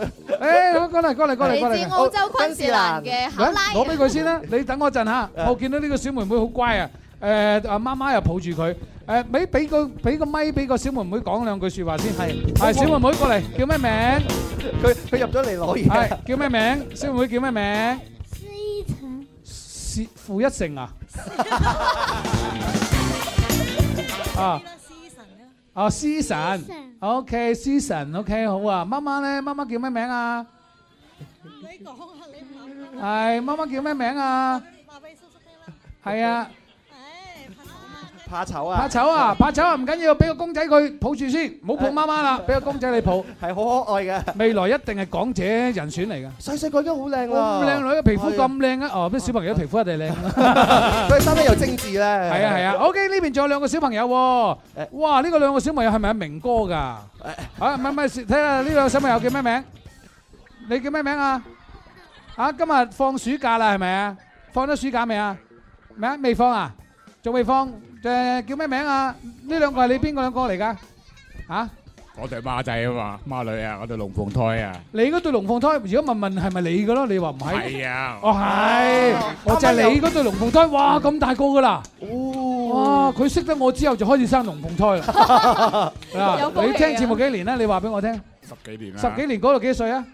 H: 誒，過嚟過嚟過嚟過嚟。
C: 嚟自澳洲昆士蘭嘅考拉。
H: 攞俾佢先啦，你等我陣嚇。我見到呢個小妹妹好乖啊，誒阿媽媽又抱住佢，誒俾俾個俾個咪俾個小妹妹講兩句説話先。係，係小妹妹過嚟，叫咩名？
I: 佢佢入咗嚟攞嘢
H: 係叫咩名？小妹妹叫咩名？薛傅一成啊？啊！哦，Season，OK，Season，OK，好啊。媽媽咧，媽媽叫咩名啊？係媽媽叫咩名啊？係啊，
I: 怕醜啊！
H: 怕醜啊，怕醜啊，唔緊要，俾個公仔佢抱住先，唔好抱媽媽啦，俾個公仔你抱，
I: 係好可愛嘅。
H: 未來一定係港姐人選嚟㗎。
I: 細細個已經好靚啦，
H: 咁靚女嘅皮膚咁靚啊！哦，啲小朋友皮膚一定靚。啊
I: 佢生得又精緻咧。係
H: 係啊係啊 ，OK 呢邊仲有兩個小朋友喎，哇！呢個兩個小朋友係咪阿明哥㗎？啊唔係唔係，睇下呢兩個小朋友叫咩名？你叫咩名啊？啊，今日放暑假啦，係咪啊？放咗暑假未啊？咩啊？未放啊？仲未放？誒叫咩名啊？呢兩個係你邊個兩個嚟㗎？嚇？
S: 我對孖仔啊嘛，孖女啊，我對龍鳳胎啊，
H: 你嗰對龍鳳胎，如果問問係咪你嘅咯？你話唔係？
S: 係啊，
H: 哦係，我就係你嗰對龍鳳胎，哇咁大個㗎啦！哇！佢識得我之後就開始生龍鳳胎 啦。
S: 有
H: 嗱，
S: 福氣啊
H: 你聽節目幾年咧？你話俾我聽，
S: 十幾年啦，
H: 十幾年嗰度幾多歲啊？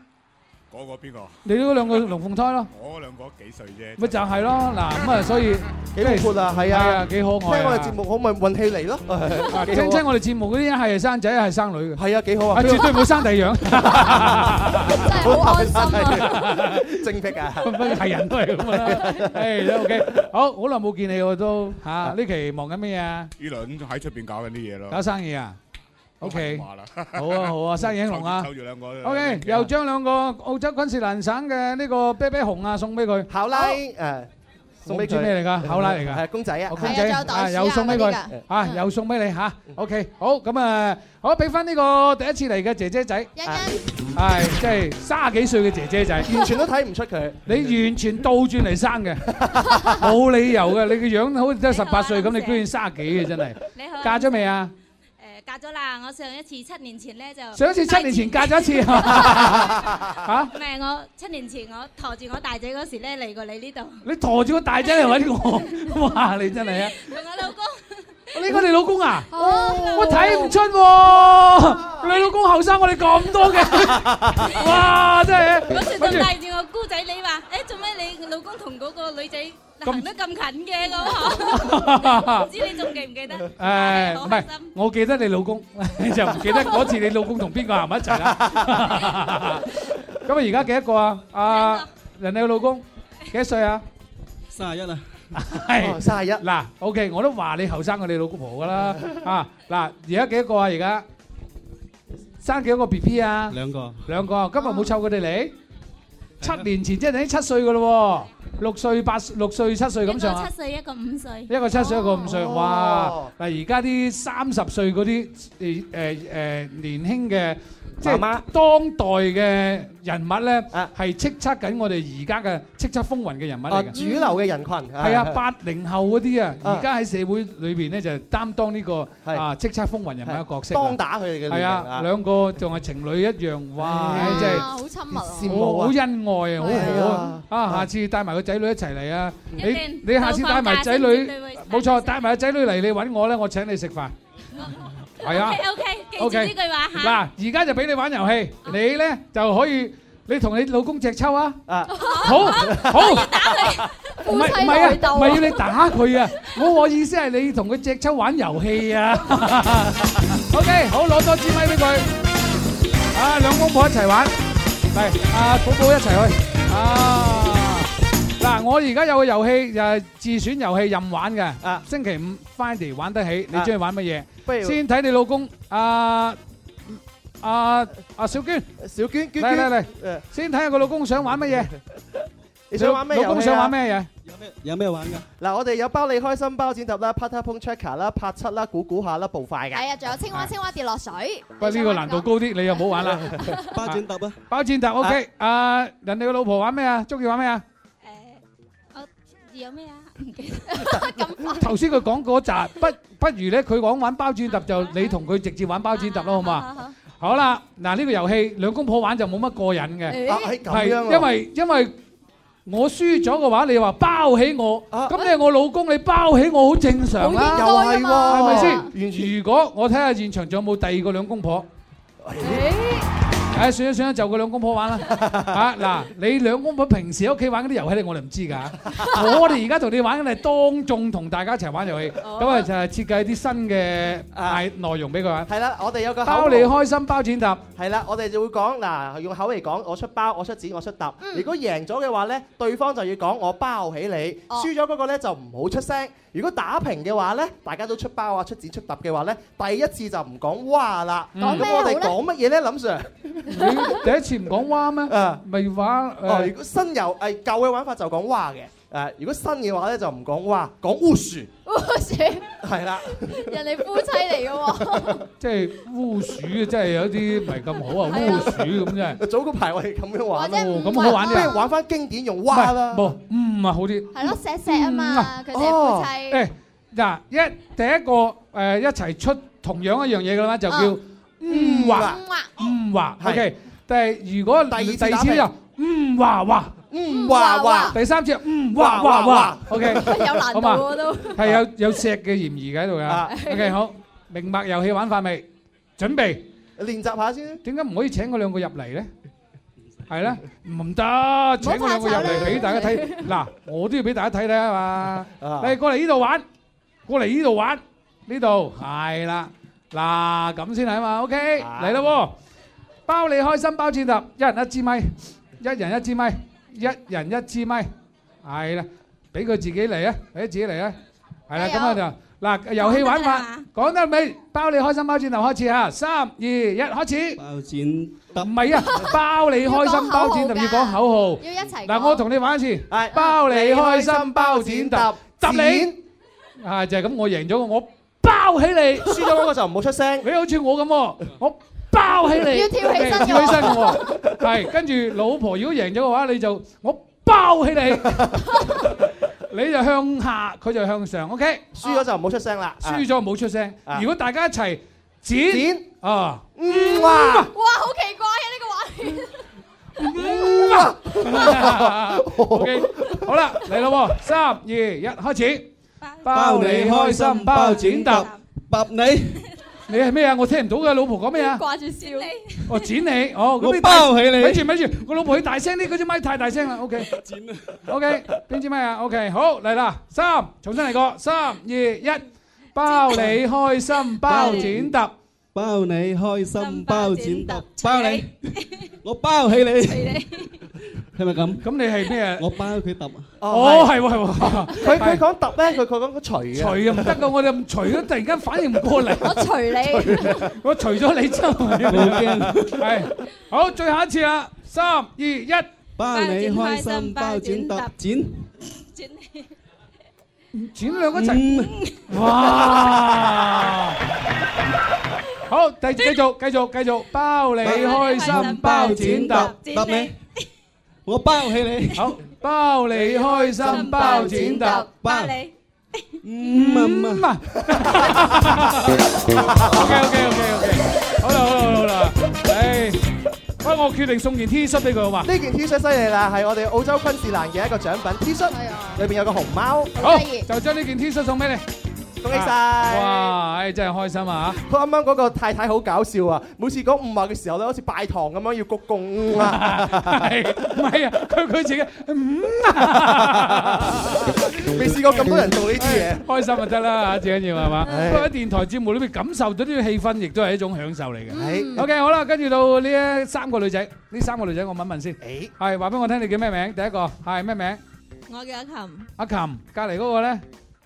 S: 嗰個邊個？
H: 你嗰兩個龍鳳胎咯，
S: 我嗰兩個幾歲啫？
H: 咪就係咯。嗱咁啊，所以
I: 幾活潑啊，係啊，
H: 幾可愛啊。
I: 聽我哋節目好咪運氣嚟咯，
H: 啊聽聽我哋節目嗰啲一係生仔一係生女嘅，
I: 係啊幾好啊
H: 啊絕對唔會生第二樣，
I: 真係好安心啊， 正癖啊，
H: 係人都係咁啊。誒 OK，好好耐冇見你我都嚇，呢期忙緊咩啊？
S: 呢輪喺出邊搞緊啲嘢咯，
H: 搞生意啊？OK，
S: 都係咁話啦
H: 好 啊好啊，生意興隆啊
S: 湊住兩個
H: ！OK，又將兩個澳洲昆士蘭省嘅呢個啤啤熊啊送俾佢，
I: 考拉誒送俾
H: 唔知
I: 佢
H: 咩嚟㗎？考拉嚟㗎？
I: 係公仔啊，
H: 公仔啊，又送俾佢啊，又送俾你嚇。OK，好咁啊，好俾翻呢個第一次嚟嘅姐姐仔，係即係卅幾歲嘅姐 姐仔，
I: 完全都睇唔出佢，
H: 你完全倒轉嚟生 嘅，冇理由嘅。你個樣好似真係十八歲咁，你居然卅幾嘅真係。
L: 你好啊
H: 嫁咗未啊？
L: 诶，嫁咗啦，我上一次七年前咧就
H: 上一次七年 前嫁咗一次， 嚇
L: 唔係我七年前我驮住我大仔嗰時咧嚟過你呢度，
H: 你陀住個大仔嚟揾我，哇！你真係啊！
L: 同我老公
H: 呢個你老公啊？
C: 哦。
H: 我睇唔出喎，你老公後生我哋咁多嘅。 哇，真係。啊
L: 嗰時
H: 跟住
L: 就帶住我姑仔你話，誒做咩你老公同嗰個女仔行得咁近嘅咁？唔知你仲記唔記得？
H: 誒，唔係，我記得你老公， 就唔記得嗰次你老公同邊個行埋一齊啦。 咁啊，而家幾多個啊？啊，人哋嘅老公，幾多歲啊？係。嗱，OK，我都話你後生過你老公婆㗎啦。啊，嗱，而家幾多個啊，而家？生幾多個 BB 啊？兩個啊，今日冇湊佢哋嚟？七年前，即係等於七歲㗎喇喎，六歲、八歲-六歲、七歲咁上下。
L: 一個七歲，一個五歲，
H: 一個七歲，一個五歲，
L: 哦
H: 哇！嗱，而家啲三十歲嗰啲誒誒誒年輕嘅，即係
I: 媽
H: 當代嘅人物咧，係叱咤緊我哋而家嘅叱咤風雲嘅人物嚟嘅。
I: 主流嘅人群係
H: 係啊，八零後嗰啲啊，
I: 啊
H: 而家喺社會裏邊咧就擔當呢個啊叱咤風雲人物嘅角色啊。
I: 當打佢哋嘅年齡
H: 係啊
I: 啊，
H: 兩個仲係情侶一樣，哇！真係
C: 好親密啊！
H: 好好恩愛啊，
I: 係
H: 好
I: 啊
H: 好啊！下次帶埋個仔女一齊嚟啊！
L: 一
H: 你
L: 定
H: 你下次帶埋仔女
L: 到放假先至，
H: 冇錯，帶埋個仔女嚟，你揾我咧，我請你 食飯。係啊
L: OK OK，記住呢句話嚇。
H: 嗱，而家就俾你玩遊戲，你咧就可以，你同你老公隻抽啊！啊，好，好，唔係唔係啊，唔係要你打佢啊！我我意思係你同佢隻抽玩遊戲啊 à. ！OK，好，攞多支咪俾佢。啊，兩公婆一齊玩，嚟，阿寶寶一齊去。啊，嗱，我而家有個遊戲就係自選遊戲任玩嘅。啊，星期五 Friday 玩得起，你中意玩乜
I: 不
H: 嘢？
I: 如
H: 先睇你老公，啊啊啊，小娟，
I: 小娟娟
H: 嚟嚟
I: 娟
H: 嚟
I: 誒，
H: 先睇下個老公想玩乜嘢？
I: 你想玩咩遊戲啊
H: 老公想玩咩嘢？
I: 有咩玩㗎？嗱，我哋有包你開心包剪揼啦、Pata Pong Checker 啦、拍七啦、估估下啦、步快㗎。
C: 係啊，仲有青蛙青蛙跌落水。
H: 不過呢個難度高啲，你又唔好玩啦。
I: 包剪
H: 揼啊！包剪揼 OK。啊，人哋個老婆玩咩啊？中意玩咩啊？
L: 我有咩啊？唔記得。
H: 頭先佢講嗰扎，不不如咧，佢講玩包剪揼就你同佢直接玩包剪揼啦，好
L: Ờ,
H: 嘛？好啦，嗱呢個遊戲兩公婆玩就冇乜過癮嘅，
I: 誒啊係咁樣啊
H: 因為因為我輸咗嘅話，你話包起我，咁你係我老公，你包起我好正常啦，
I: 好應該㗎嘛
H: 係咪先？如果我睇下現場仲有冇第二個兩公婆。誒算啦算啦，就佢兩公婆 玩啦。啊嗱，你兩公婆平時喺屋企玩嗰啲遊戲咧，我哋唔知㗎。我哋而家同你玩緊係當眾同大家一齊玩遊戲，咁啊就係設計啲新嘅內內容俾佢玩。
I: 係啦，我哋有個口
H: 包
I: 號
H: 你開心，包 剪揼。
I: 係啦，我哋就會講嗱，用口嚟講，我出包，我出剪，我出揼。
H: 嗯
I: 如果贏咗嘅話呢，對方就要講我包起你，
H: 哦
I: 輸咗嗰個呢就唔好出聲。如果打平嘅話呢，大家都出包啊、出剪、出揼嘅話呢，第一次就唔講哇啦。咁
H: 講咩
I: 我哋
H: 好
I: 講乜嘢呢？林 Sir？
H: 你第一次唔講蛙咩？咪玩
I: 哦，
H: 誒
I: 如果新遊誒舊嘅玩法就講哇嘅，誒如果新嘅話呢就唔講哇，講烏樹
C: 烏鼠，
I: 係啦。
C: 人哋夫妻嚟嘅喎。
H: 即係烏鼠，真係有啲唔係咁好啊！烏鼠咁真係。
I: 早嗰排我哋咁樣玩
C: 或者
H: 咯，
C: 唔
H: 咁好玩啲
I: 不
H: 啊。
I: 如玩翻經典用哇啦。
H: 唔係，唔係好啲。
C: 係咯，錫錫啊嘛，佢哋係夫妻。
H: 誒嗱，一第一個誒一齊出同樣一樣嘢嘅啦，就叫嗯話嗯話。
I: 係
H: OK，但係如果第
I: 二次
H: 第二
I: 打
H: 次
I: 平
H: 就嗯話話，
I: 嗯哇哇
H: 第三次嗯話話
I: 哇
H: 話
I: 哇。
H: OK，
I: 有難
H: 好
I: 度
H: 嘛
I: 喎都
H: 係有有錫嘅嫌疑喺度㗎
I: 啊。
H: OK，好，明白遊戲玩法未？準備
I: 練習下先。
H: 點解唔可以請佢兩個入嚟咧？係咧，唔得，請佢兩個入嚟俾大家睇。嗱，我都要俾大家睇睇啊嘛。
I: Ờ.
H: 嚟過嚟呢度玩，過嚟呢度玩，呢度係啦。嗱，咁先係嘛，OK，嚟啦喎，包你開心包剪揼，一人一支咪，一人一支咪，一人一支咪，係啦，俾佢自己嚟啊，俾佢自己嚟啊，係啦，咁啊就嗱遊戲玩法講得未？包你開心包剪揼開始嚇，三二一開始。包剪揼唔係啊，包你開心包剪揼要講口號。
C: 要一齊講
H: 嗱，我同你玩一次，包你開心包剪揼，揼你，啊就係咁，我贏咗我包起你，輸
I: 咗嗰個就唔 好出聲，
H: 你好似我咁喎，我包起你，
C: 要跳起身㗎喎
H: 跳起身㗎喎，係跟住老婆如果贏咗嘅話，你就我包起你，你就向下，佢就向上，OK，
I: 輸咗就唔好出聲啦。
H: 輸咗唔好出聲，
I: 啊
H: 如果大家一齊剪啊，
I: 嗯哇
C: 哇，好奇怪啊！呢個畫面。
H: 嗯哇 Dạ,，OK，好啦，嚟咯喎，三二一，開始。
L: 包
H: 包你開心，包剪揼，揼你。你係咩啊？我聽唔到嘅，老婆講咩啊？
C: 挂住笑，
H: 哦，剪你，哦，咁
P: 我
H: 你大
P: 包起你
H: 咪住咪住，我老婆佢大聲啲，嗰支咪太大聲啦。OK，剪啦。OK，邊支咪啊？OK，好 à, 嚟啦，三，重新嚟過，三二一，包你開心，包剪揼，包你開心，包剪揼，包你，我包 起你。係咪咁？咁你係咩啊？我包佢揼。哦，係喎係喎。
I: 佢佢講揼咧，佢佢講個除嘅。
H: 除啊唔得噶，我哋唔除咗，突然間反應唔過嚟。我除你，我除咗你之後，
P: 冇驚
H: 係好，最後一次啦，三二一，包
P: 你開心包剪揼
H: 剪剪兩個一齊，哇！好，繼繼續繼續繼續，包你開心包剪揼
P: 揼你，
H: 我包起你。好，包你開心包剪揼包。
L: 你。
H: 嗯啊，OK OK OK OK，好啦好啦好啦好啦，唉，不過我決定送件 T 恤俾佢好嘛？
I: 呢件 T 恤犀利啦，係我哋澳洲昆士蘭嘅一個獎品 T 恤，裏邊有個熊貓。
H: 好，就將呢件 T 恤送俾你，
I: 恭喜晒
H: 哇，唉，真係開心 啊！
I: 佢啱啱嗰個太太好搞笑啊！每次講五話嘅時候咧，好似拜堂咁樣要鞠躬啊！
H: 係唔係啊？佢佢自己嗯
I: 未試過咁多人做呢啲嘢。
H: 開心就得啦嚇，最緊要係嘛？
I: 唉
H: 不過喺電台節目裏面感受到呢個氣氛，亦都係一種享受嚟嘅。
I: 係
H: OK，好啦，跟住到呢一三個女仔，呢三個女仔我問一問先。係話俾我聽，你叫咩名？第一個係咩名？
L: 我叫阿琴，
H: 阿琴，隔離嗰個咧，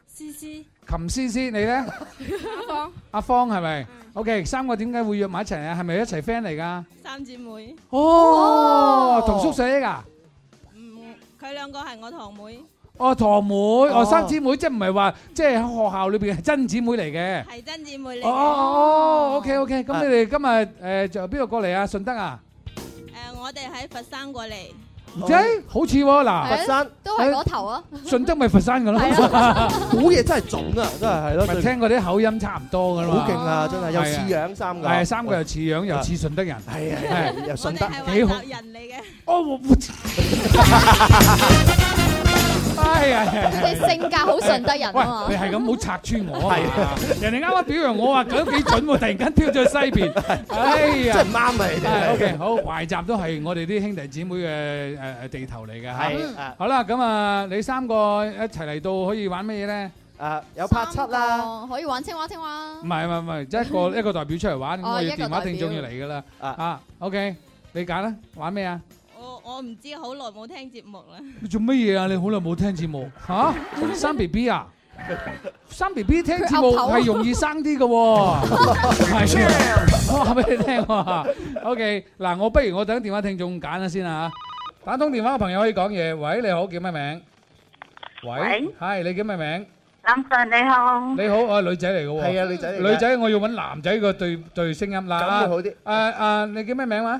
L: 思思，
H: 琴思思，你咧？
L: 阿芳，
H: 阿芳係咪？OK，三個點解會約埋一齊啊？係咪一齊 friend 嚟㗎？
L: 三姊妹。
H: 哦，同宿舍㗎。
L: 嗯，佢兩個係我堂妹，
H: 哦，堂妹，哦，三姊妹，即係唔係話即係喺學校裏邊係真姊妹嚟嘅。
L: 係真姊妹嚟
H: 哦哦
L: 嘅。
H: 哦，OK
L: Ờ.
H: OK，咁你哋今日誒就邊度過嚟啊？順德啊？
L: 誒，我哋喺佛山過嚟。
I: Ờ.
H: 唔知，好似喎 嗱，
C: 都係嗰頭啊！
H: 順德咪佛山噶咯，
I: 估嘢真係準啊，真係係咯。
H: 咪聽嗰啲口音差唔多噶啦嘛，
I: 好勁啊！真係又似樣三個，
H: 係三個又似樣又似順德人，
I: 係啊
H: 係
I: 又順德，
H: 幾好。
L: 人嚟嘅。
H: 哦， 哎呀，
C: 你性格好順德人啊嘛
H: 喂你係咁好拆穿我啊嘛！人哋啱啱表揚我話佢都幾準喎，突然間挑咗去西邊，哎呀，
I: 真係唔啱啊你哋
H: O K，好，懷集都係我哋啲兄弟姊妹嘅誒誒地頭嚟嘅嚇。
I: 係啊
H: 好啦，咁啊，你三個一齊嚟到可以玩乜嘢咧？
I: 啊，有拍七啦。
C: 哦，可以玩青蛙青蛙。
H: 唔係唔係唔係，即係一個一個代表出嚟玩，
C: 嗯哦
H: 我哋
C: 一個
H: 電話
C: 代表
H: 聽眾要嚟噶啦。啊，O K，你揀啦，玩咩啊？
L: 我我唔知，好耐冇聽節目啦。
H: 你做乜嘢啊？你好耐冇聽節 目嚇，生 B B 啊？生 B B 聽節目
L: 佢岌頭啊
H: 係容易生啲嘅 喎，係啊我話俾你聽喎。OK，嗱，我不如我等電話聽眾揀下先啊。打通電話嘅朋友可以講嘢。喂，你好，叫咩名？喂
R: 喂，
H: 係你叫咩名？
R: 林 Sir 你好，
H: 你好，我係女仔嚟嘅喎。
R: 係啊女仔嚟㗎
H: 女仔，我要揾男仔個對對聲音啦。
R: 咁會好啲。
H: 啊啊，你叫咩名話？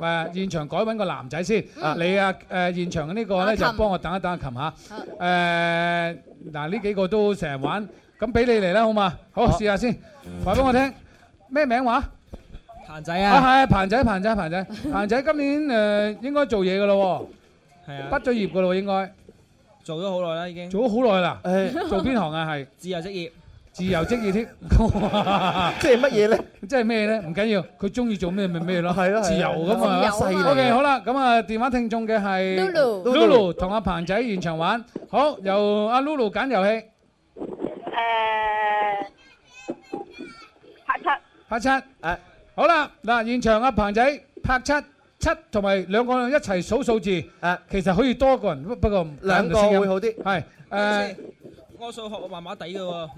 H: 誒現場改揾個男仔先，你啊誒現場嘅呢個咧就幫我等一等阿琴嚇。誒嗱呢幾個都成日玩，咁俾你嚟啦好嘛？好試下先，話俾我聽咩名話？
G: 彭仔
H: 啊
G: 啊，
H: 係彭仔彭仔彭仔彭仔今年誒應該做嘢噶咯
G: 係
H: 喎，
G: 啊
H: 畢，咗業噶咯喎應該，
G: 做咗好耐啦已經，
H: 做咗好耐啦。 誒做邊行啊係？
G: 自由職業，
H: 自由職業添， 即係乜嘢咧？即係咩咧？唔緊要，佢中意做咩咪咩 咯，係
I: 咯係咯
H: 自由噶嘛。
I: 自由啊嘛
H: O K，好啦，咁啊，電話聽眾嘅係
R: Lulu
H: Lulu 同阿彭仔現場玩，好由阿 Lulu 揀遊戲，
R: 誒，拍七，
H: 拍七。誒，好啦，嗱，現場阿彭仔拍七。七同埋兩個一齊數數字，誒，其實可以多個人，不不過唔 à,
I: 兩個會好啲
H: 係誒，
T: 我數學我麻麻地嘅喎。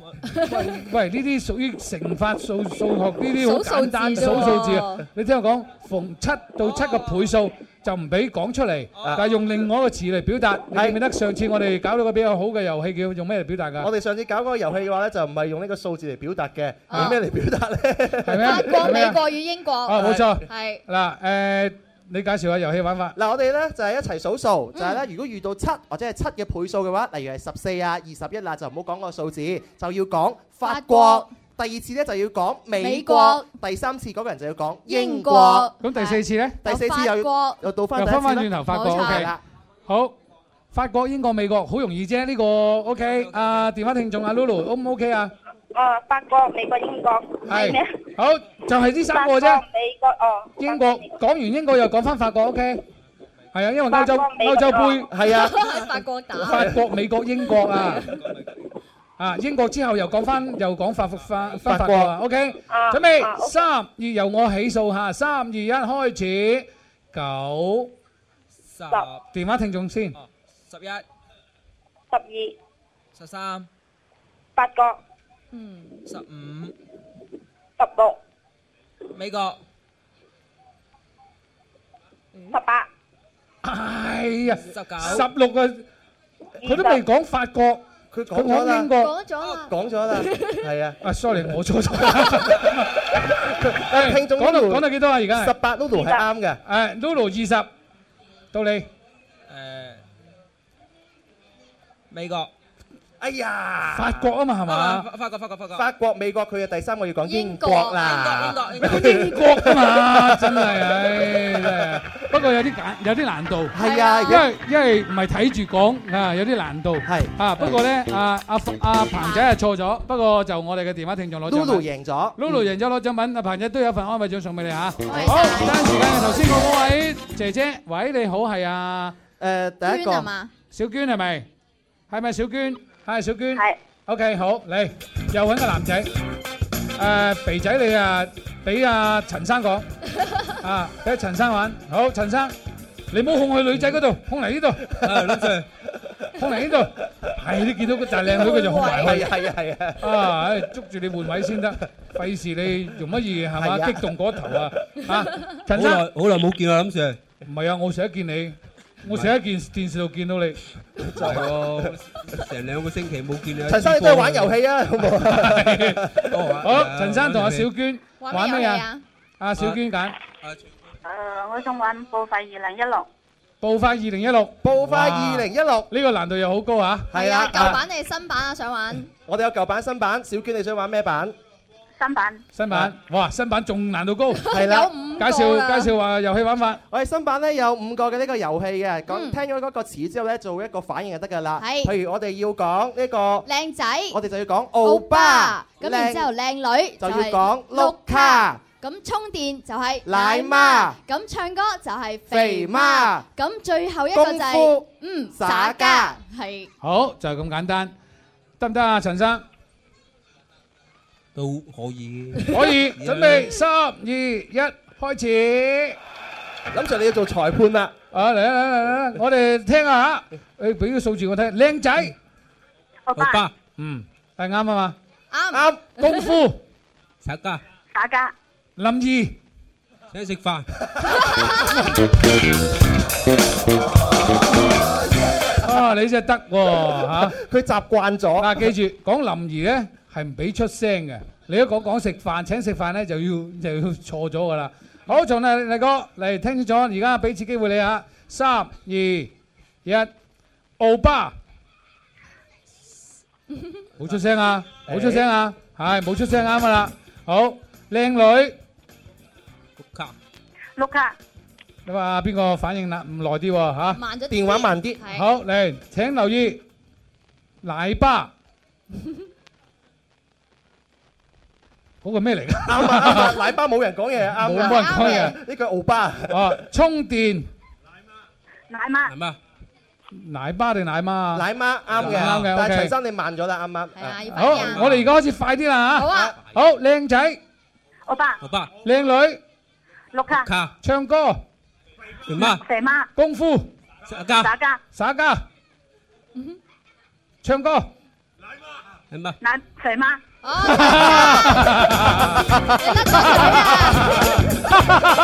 H: 喂，呢啲屬於乘法數數學呢啲好
T: 數數字
H: 簡單
T: 啫
H: 數數字
T: 喎
H: 啊！你聽我講，逢七到七個倍數就唔俾講出嚟，但係用另外一個詞嚟表達。你記唔記得上次我哋搞到個比較好嘅遊戲叫用咩嚟表達㗎？
I: 我哋上次搞嗰個遊戲嘅話咧，就唔係用呢個數字嚟表達嘅，用咩嚟表達咧？
H: 係
C: Ờ,
H: 咩？
K: 國
H: 係咩
K: 美國與英國。
H: 啊冇錯
K: 係。
H: 嗱誒，你介紹下遊戲玩法。
I: 嗱，我哋咧就係一齊數數，就係咧，如果遇到七或者係七嘅倍數嘅話，例如係十四啊、二十一啦，就唔好講個數字，就要講法
K: 法
I: 國
K: 國。
I: 第二次咧就要講美
K: 美
I: 國
K: 國，
I: 第三次嗰個人就要講英
K: 英
I: 國
K: 國。
H: 咁
C: À.
H: 第四次咧？
I: 第四次又
K: 法
I: 要
K: 國
I: 又倒翻
H: 又
I: 第一次
H: 翻
I: 啦
H: 翻轉頭法國
I: 冇錯
H: OK
I: 啦
H: 好，法國、英國、美國好容易啫，呢個 OK。啊，電話聽眾阿 Lulu O 唔 OK 啊？
R: 哦，法國、美國、英國，係咩？
H: 係。好，就係呢三個
R: 法
H: 啫
R: 國。美國哦，
H: 英國講完英國又講翻法國，OK？係啊，因為歐洲
R: 法國美國
H: 歐洲杯係啊，
N: 喺法國打。
H: 法國、美國、英國啊。啊！英國之後又講翻，又講法法法法國啊！OK，準
N: 啊
H: 備
N: ，OK
H: 三二，由我起數下，三二一開始，九十電話聽眾先，
T: 十一、
R: 十二、
T: 十三、
R: 法國、
T: 十五，
R: 十六、
T: 美國
R: 十八、
H: 哎呀，
T: 十九、
H: 十六個，佢都未講法國，佢
I: 講咗啦
H: 講英國，
I: 咗啦，講咗啦，係啊。
H: 啊，sorry，我錯 咗。誒
I: 聽眾
H: 講到
I: Lulu，
H: 講到幾多啊？而家係
I: 18 Lulu 係啱嘅。
H: 誒，Lulu 二十，到你。
T: 誒美國。
I: 哎呀，
H: 法國啊嘛係嘛
T: 啊法法國法國法國。
I: 法國、美國，佢嘅第三個要講英國啦。
T: 英國英國
H: 英國啊嘛， 真係，唉，真係。不過有啲簡，有啲難度。
I: 係啊
H: 因為因為唔係睇住講啊，有啲難度。係啊，不過咧，阿阿阿彭仔係錯咗，不過就我哋嘅電話聽眾攞獎品。
I: Lulu 贏咗
H: Lulu 贏咗攞獎品，阿彭仔都有份安慰獎送俾你嚇。好，單時間嘅頭先嗰位姐姐，喂，你好，係啊。
I: 誒，
H: 第
K: 一個娟係嘛？
H: 小娟係咪？係咪小娟？係小娟。係。OK，好，嚟又揾個男仔。誒，肥仔你啊，俾阿陳生講。啊，俾阿陳生玩。好，陳生，你唔好控去女仔嗰度，控嚟呢度。啊，諗住，控嚟呢度。係，你見到個大靚女佢就控埋去。
I: 係啊係啊係啊。
H: 啊！唉捉住你換位先 得，費事你容乜易係
I: 係
H: 嘛？
I: 啊
H: 激動嗰 頭啊！啊，
U: 好
H: 陳
U: 耐
H: 生，
U: 好耐冇見啦，諗住。
H: 唔係啊，我成日見你，我成日見電視度見到你，
U: 就係喎，成兩個星期冇見你。
H: 陳生你都係玩 遊戲啊好冇
U: 冇
H: 好，陳生同阿小娟
R: 玩
H: 玩
R: 咩遊
H: 咩
R: 戲
H: 啊
R: 啊？
H: 阿小娟揀
R: 誒，我想玩報廢二零一六，
H: 步快二零一六，
I: 步
H: 快
I: 2016
H: 呢個難度又好高啊！
I: 係啦
K: 舊版定係新版啊？想玩？
I: 我哋有舊版、新版，小娟你想玩咩版？
R: 新版。
H: 新版，哇，新版仲難度高，係
I: 啦有
K: 五
H: 介紹介紹話遊戲玩法。
I: 我哋新版咧有五個嘅呢個遊戲嘅，講聽咗嗰個詞之後咧，做一個反應就得㗎啦。
C: 係
I: 譬如我哋要講呢個，
C: 靚仔。
I: 我哋就要講奧巴，
C: 咁然之後靚女
I: 就要
C: 係
I: 講碌卡，
C: 咁充電就係
I: 奶媽
C: 媽，咁唱歌就係
I: 肥
C: 肥
I: 媽
C: 媽，咁最後一個就
I: 功
C: 係
I: 夫
C: 嗯
I: 耍
C: 耍
I: 家
C: 家，係
H: 好，就係咁簡單，得唔得啊？陳生
U: 都可以。
H: 可以，準備三二一，開始。
I: 諗住你要做裁判啦。
H: 啊嚟啦嚟啦嚟啦！我哋聽下，誒俾個數字我聽，靚仔，
R: 歐
U: 巴，
H: 嗯，係啱啊嘛，
R: 啱
I: 啱
H: 功夫，
U: 拆家，
R: 耍家。
H: 林兒，
U: 請食飯。
H: 啊你真係得喎
I: 佢習慣咗。
H: 嗱，記住講林兒咧係唔俾出聲嘅，你一講講食飯請食飯咧就要就要錯咗噶啦。好，從嚟嚟哥嚟聽清楚，而家俾次機會你啊，三二一，奧巴。冇出聲啊，冇出聲啊，係冇出聲啱噶啦。好，靚女，
R: 碌卡，
H: 你話邊個反應啦？唔耐啲喎嚇，
R: 慢咗啲電話慢啲係
H: 好嚟，請留意奶爸嗰個咩嚟㗎？
I: 啱啊啱啊，奶爸冇人講嘢，à, 啱啊
H: 冇冇人講嘢
I: 呢句奧巴。
H: 哦，充電
R: 奶媽，
U: 媽，
H: 奶爸定奶媽？
I: 奶媽啱嘅，
H: 啱嘅
I: 但係
H: OK
I: 陳生你慢咗啦，啱啱。係啊，
H: 好，我哋而家開始快啲啦嚇。
I: 好啊。
H: 好，靚仔，
R: 歐巴，
U: 我爸，
H: 靚女，
R: 碌卡，
U: 卡，
H: 唱歌，
U: 肥媽，
R: 肥媽，
H: 功夫，
U: 耍家，
R: 耍家，
H: 耍家，唱歌，
U: 係咪？
R: 奶肥媽。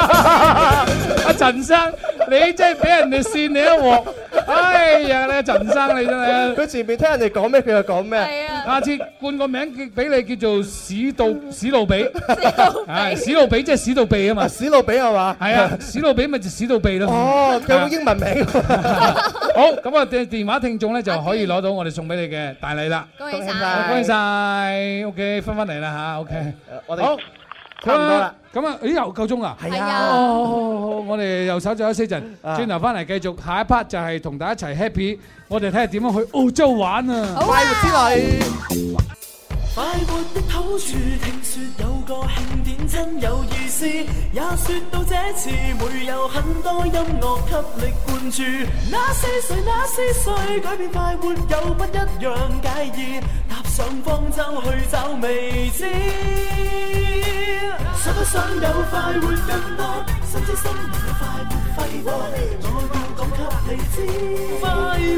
H: 阿陳生，你真係俾人哋扇你一鑊，哎呀！你阿陳生你真係，佢前面聽人哋講咩，佢就講咩。下次冠個名叫俾你叫做史道史路比，係史路比即係史道鼻啊嘛。史路比係嘛？係啊，史路比咪就史道鼻咯。
I: 哦佢有個 英文名。
H: 好，咁啊，電電話聽眾咧就可以攞到我哋送俾你嘅大禮啦。
I: 恭喜晒
H: 恭喜晒！OK，翻返嚟啦吓 o k
I: 我哋
H: 好，
I: 差唔多啦。
H: 咁啊，咦又夠鐘啦？係
I: 啊
H: 好好好，好我哋又稍咗休息陣，轉頭翻嚟繼續下一 part 就係同大家一齊 happy，我哋睇下點樣去澳洲玩啊！
I: 快活之旅。
A: 快活的土著，聽說有個慶典真有意思，也說到這次會有很多音樂給力灌注。那是誰？那是誰？改變快活有不一樣介意，踏上方舟去找未知。想不想有快活更多？心知心明嘅快活揮霍，我要講給你知，快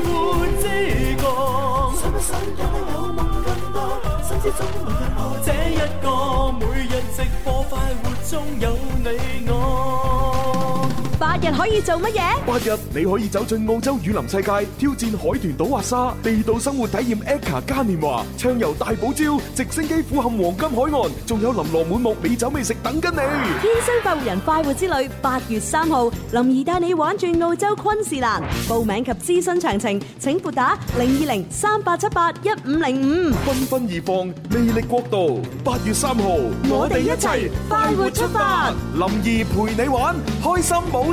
A: 活之歌。想不想有得有夢更多？心知中每日我這一個，每日直播快活中有你我。
E: 八日可以做乜嘢？
F: 八日你可以走進澳洲雨林世界，挑戰海豚島滑沙，地道生活體驗 ECA 嘉年華，暢遊大堡礁，直升機俯瞰黃金海岸，仲有琳琅滿目美酒美食等緊你。
E: 天生快活人快活之旅，八月三號，林兒帶你玩轉澳洲昆士蘭。報名及諮詢詳情，請撥打零二零三八七八一五零五。
F: 繽紛而放，魅力國度。八月三號，
E: 我哋一齊快活出發。
F: 林怡陪你玩，開心冇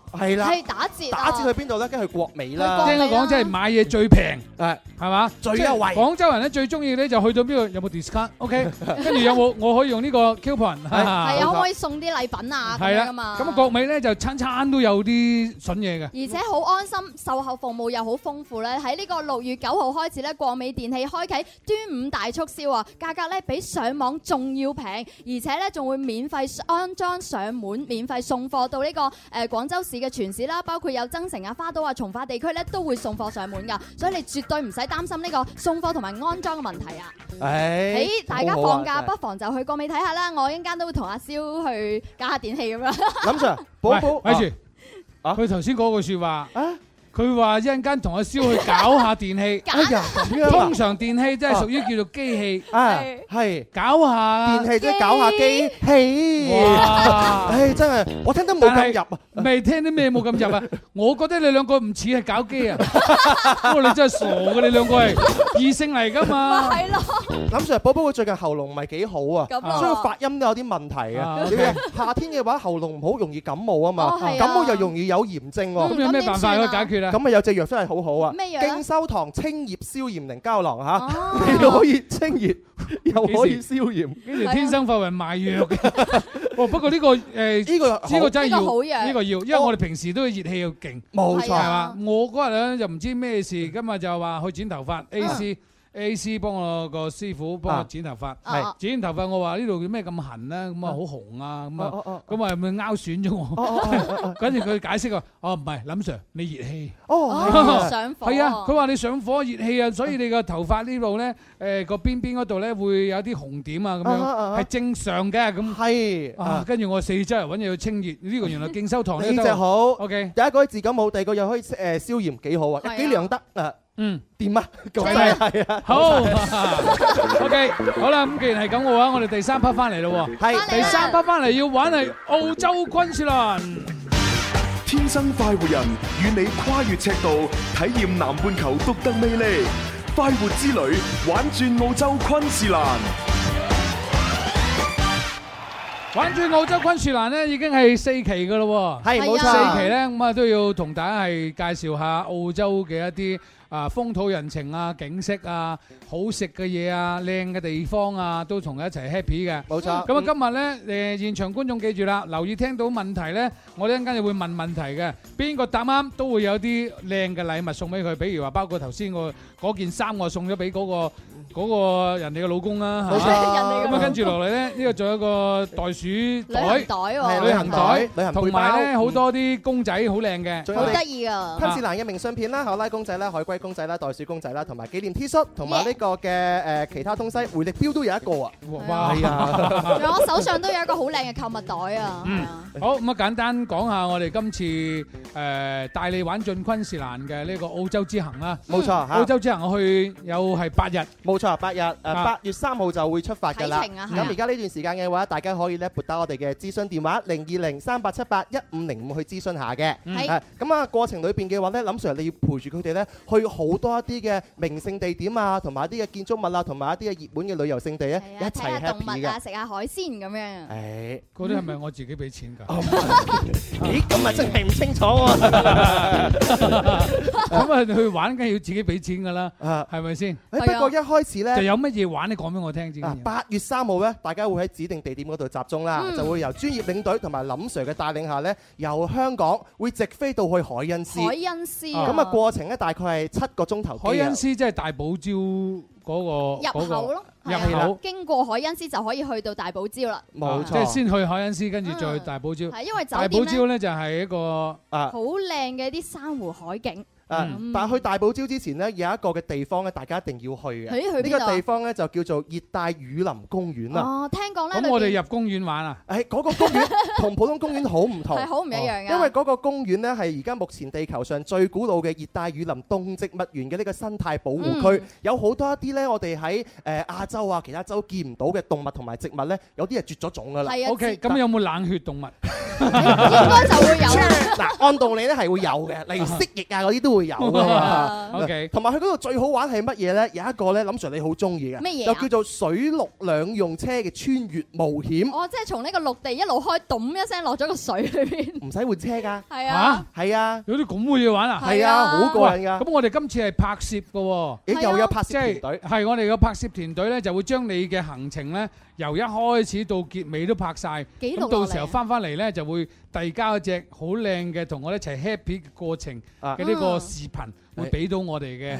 I: 係啦，
V: 係打折啊
I: 打折去邊度咧？跟住去國美啦，
H: 聽佢講即係買嘢最平，
I: 係
H: 係嘛？
I: 最優惠
H: 即係廣州人咧最中意咧就去到邊度有冇 discount？OK，跟住有冇我可以用呢個 coupon？
V: 係啊，可唔可
H: 以？
V: 以送啲禮品啊？咁
H: 係
V: 樣
H: 啦
V: 噶，嘛。
H: 咁啊國美咧就餐餐都有啲筍嘢嘅。
V: 而且好安心，售後服務又好豐富咧。喺呢個六月九號開始咧，國美電器開啟端午大促銷啊，價格咧比上網仲要平，而且咧仲會免費安裝上門，免費送貨到呢、個誒、呃、廣州市嘅全市啦，包括有增城啊、花都啊、從化地區咧都會送貨上門㗎，所以你絕對唔使擔心呢個送貨同埋安裝嘅問題啊！
I: 誒
V: 誒，大家放假不妨就去國美睇下啦，我一陣間都會同阿蕭去搞下電器咁樣。
I: 林 Sir，
H: 喂
I: 寶寶，
H: 咪住，佢頭先嗰句説話，佢話一陣間同阿蕭去搞下電器。
I: 哎呀咁 樣啊
H: 通常電器即係屬於叫做機器。
I: 啊，係
H: 搞下
I: 電器即係搞下機器。
H: 哇
I: 唉，真係我聽得冇咁入啊。
H: 未聽啲咩冇咁 入啊！我覺得你兩個唔似係搞機啊！哇，你真係傻嘅，你兩個係異性嚟噶
I: 啊
H: 嘛？
V: 咪係咯。
I: 林 Sir，寶寶佢最近喉嚨唔係幾好啊，
V: 咁啊
I: 所以發音都有啲問題
H: 啊
I: 嘅。
H: ，OK
I: 你嘅夏天嘅話，喉嚨唔好容易感冒啊嘛
V: 哦係，啊
I: 感冒又容易有炎症喎。
H: 咁有咩辦法可以解決咧？
I: 咁咪有隻藥真係好好啊！
V: 咩藥啊
I: 敬修堂清熱消炎靈膠囊
C: Ờ.
I: 嚇，你
V: 哦
I: 可以清熱又可以消炎。
H: 幾時天生發圍賣藥嘅？哇！不過呢個誒呢
I: 個
H: 呢個真係
V: 呢個好藥
H: 要，呢個要，因為我哋平時都熱氣要勁，
I: 冇
V: 錯
H: 係嘛？我嗰日咧就唔知咩事，今日就話去剪頭髮，A C。A C ờ, 幫我個師傅幫我
I: 啊
H: 剪頭髮
I: 係，
H: 剪頭髮我話呢度咩咁痕咧，咁啊好紅啊，咁
I: 哦哦
H: 啊咁啊咪拗損咗
I: Ờ.
H: 我，跟住佢解釋話，哦唔係，林 Sir 你熱氣。
I: 哦，
V: 哦上火
H: 係啊，佢話你上火熱氣啊，所以你個頭髮呢度咧，誒個邊邊嗰度咧會有啲紅點啊，咁
I: 啊哈啊
H: 樣
I: 哈
H: 係正常嘅咁。
I: 係
H: 啊
I: 啊，
H: 跟住我四周嚟揾嘢去清熱，呢個原來敬修堂
I: 呢
H: 呢
I: 隻
H: 度。
I: 好。
H: OK，
I: 第一個可以治感冒，第二個又可以誒消炎，幾好啊！幾涼得啊！
H: 嗯，
I: 掂啊，咁
H: 正
I: 啊，係啊，
H: 好 OK，好啦，咁既然係咁嘅話，我哋第三 part 翻嚟咯喎。
I: 係
H: 第三 part 翻嚟要玩係澳洲昆士蘭。
F: 天生快活人與你跨越赤道，體驗南半球獨特魅力。快活之旅，玩轉澳洲昆士蘭。
H: 玩轉澳洲昆樹蘭咧，已經係四期嘅咯喎。
I: 係冇錯
H: 四期咧咁啊，都要同大家係介紹下澳洲嘅一啲啊風土人情啊、景色啊、好食嘅嘢啊、靚嘅地方啊，都同佢一齊 happy 嘅。
I: 冇錯
H: 咁啊，今日咧誒現場觀眾記住啦，留意聽到問題咧，我哋一陣間就會問問題嘅。邊個答啱都會有啲靚嘅禮物送俾佢，比如話包括頭先我嗰件衫我送咗俾嗰個嗰個人哋嘅老公啦。
I: 冇
H: 係
I: 錯
H: 嘛
I: 人哋嘅老
H: 咁啊，
I: 公
H: 跟住落嚟咧，呢個仲有一個袋鼠袋、
V: 旅行袋喎
H: 係旅行袋、
I: 旅行背包
H: 同埋咧好多啲公仔好靚嘅，
I: 好得
V: 意
C: à?
V: 啊
I: 昆士蘭嘅明信片啦、考拉公仔啦、海龜公仔啦、袋鼠公仔啦，同埋紀念 T 恤，同埋呢個嘅誒其他東西，回力鏢都有一 個啊！
H: 哇
I: 係啊，
V: 仲有我手上都有一個好靚嘅購物袋
C: à.
V: 啊！
H: 嗯，好咁啊，簡單講下我哋今次誒、呃帶你玩進昆士蘭嘅呢個澳洲之行啦。
I: 冇錯嚇
H: 澳洲之行我去有係八日，
I: 冇錯，八日誒
H: 啊
I: 八月三號就會出發㗎啦。
V: 啟程啊係啊
I: 咁而家呢段時間嘅話，大家可以咧撥打我哋嘅諮詢電話零二零三八七八一五零五去諮詢下嘅。
V: 係
I: 誒咁啊，過程裏邊嘅話咧，林 Sir 你要陪住佢哋咧去好多一啲嘅名勝地點啊，同埋一啲嘅建築物啊，同埋一啲嘅熱門嘅旅遊勝地咧，
C: à,
I: 一
V: 睇下
I: 齊
V: 動
I: Dạ, happy À, 哎
V: 物啊，
I: 嘅。
V: 食下海鮮咁樣。
I: 誒，
H: 嗰啲係咪我自己俾錢
I: 哦
H: 㗎？
I: 咦，咁啊真係唔清楚 喎。
H: 咁啊去玩梗係要自己俾錢㗎啦，
V: 啊
H: 係咪先？
I: 誒不過一開始咧
H: 就有乜嘢玩你講俾我聽先。
I: 啊，八月三號咧，大家會喺指定地點嗰度集中啦，
H: 嗯
I: 就會由專業領隊同埋林 Sir 嘅帶領下咧，由香港會直飛到去海恩斯。
V: 海恩斯啊
I: 咁啊，過程咧大概係七個鐘頭。
H: 海恩斯即係大堡礁嗰個
V: 入口咯，
H: 嗰個
V: 係
H: 入
V: 啊
H: 口，
V: 經過海恩斯就可以去到大堡礁啦。
I: 冇
H: 啊即係先去海恩斯，跟住再去大堡礁。
V: 係因為嗯酒
H: 大堡
V: 店
H: 礁
V: 咧
H: 咧就係一個
I: 啊
V: 好靚嘅啲珊瑚海景。
I: 啊！
V: 嗯
I: 但係去大堡礁之前呢，有一個嘅地方咧，大家一定要去
V: 咦去邊度啊
I: 嘅。呢個地方咧就叫做熱帶雨林公園啦。
C: Ờ,
V: 哦，聽講咧，
H: 咁我
V: 裏
H: 哋
V: 邊
H: 入公園玩啊！
I: 誒，嗰個公園同普通公園好唔同，
V: 係好唔一
C: à.
V: 樣㗎
I: 哦
V: 啊
I: 因為嗰個公園呢，係而家目前地球上最古老嘅熱帶雨林動植物園嘅呢個生態保護區
V: 嗯，
I: 有好多一啲呢，我哋喺誒亞洲啊其他洲見唔到嘅動物同埋植物呢，有啲係絕咗種㗎啦。
C: à,
V: 係啊
H: OK，咁有冇冷血動物？
V: 應該就會有啦。
I: 嗱，按道理咧係會有嘅， 例如蜥蜴啊嗰啲都會有㗎
C: à.
I: 嘛。
H: 哦 OK
I: 同埋佢嗰度最好玩係乜嘢咧？有一個咧，林 Sir 你好中意嘅，
V: 咩嘢啊
I: 就叫做水陸兩用車嘅穿越冒險，
C: Ờ,
V: 我即係從呢個陸地一路開，揼一聲落咗個水裏邊。
I: 唔使換車㗎。
V: 係啊，
I: 係啊，
H: 有啲咁嘅嘢玩啊！
I: 係啊好過癮㗎
H: 喂咁我哋今次係拍攝嘅喎，
I: 咦又有拍攝團隊
H: 即係係我哋嘅拍攝團隊咧，就會將你嘅行程咧由一開始到結尾都拍晒。
V: 記錄
H: 咁
V: 落嚟
H: 到
V: 啊
H: 時候翻翻嚟咧就會遞交一隻好靚嘅同我哋一齊 happy 嘅過程
I: 啊
H: 嘅呢個視頻，會俾到我哋嘅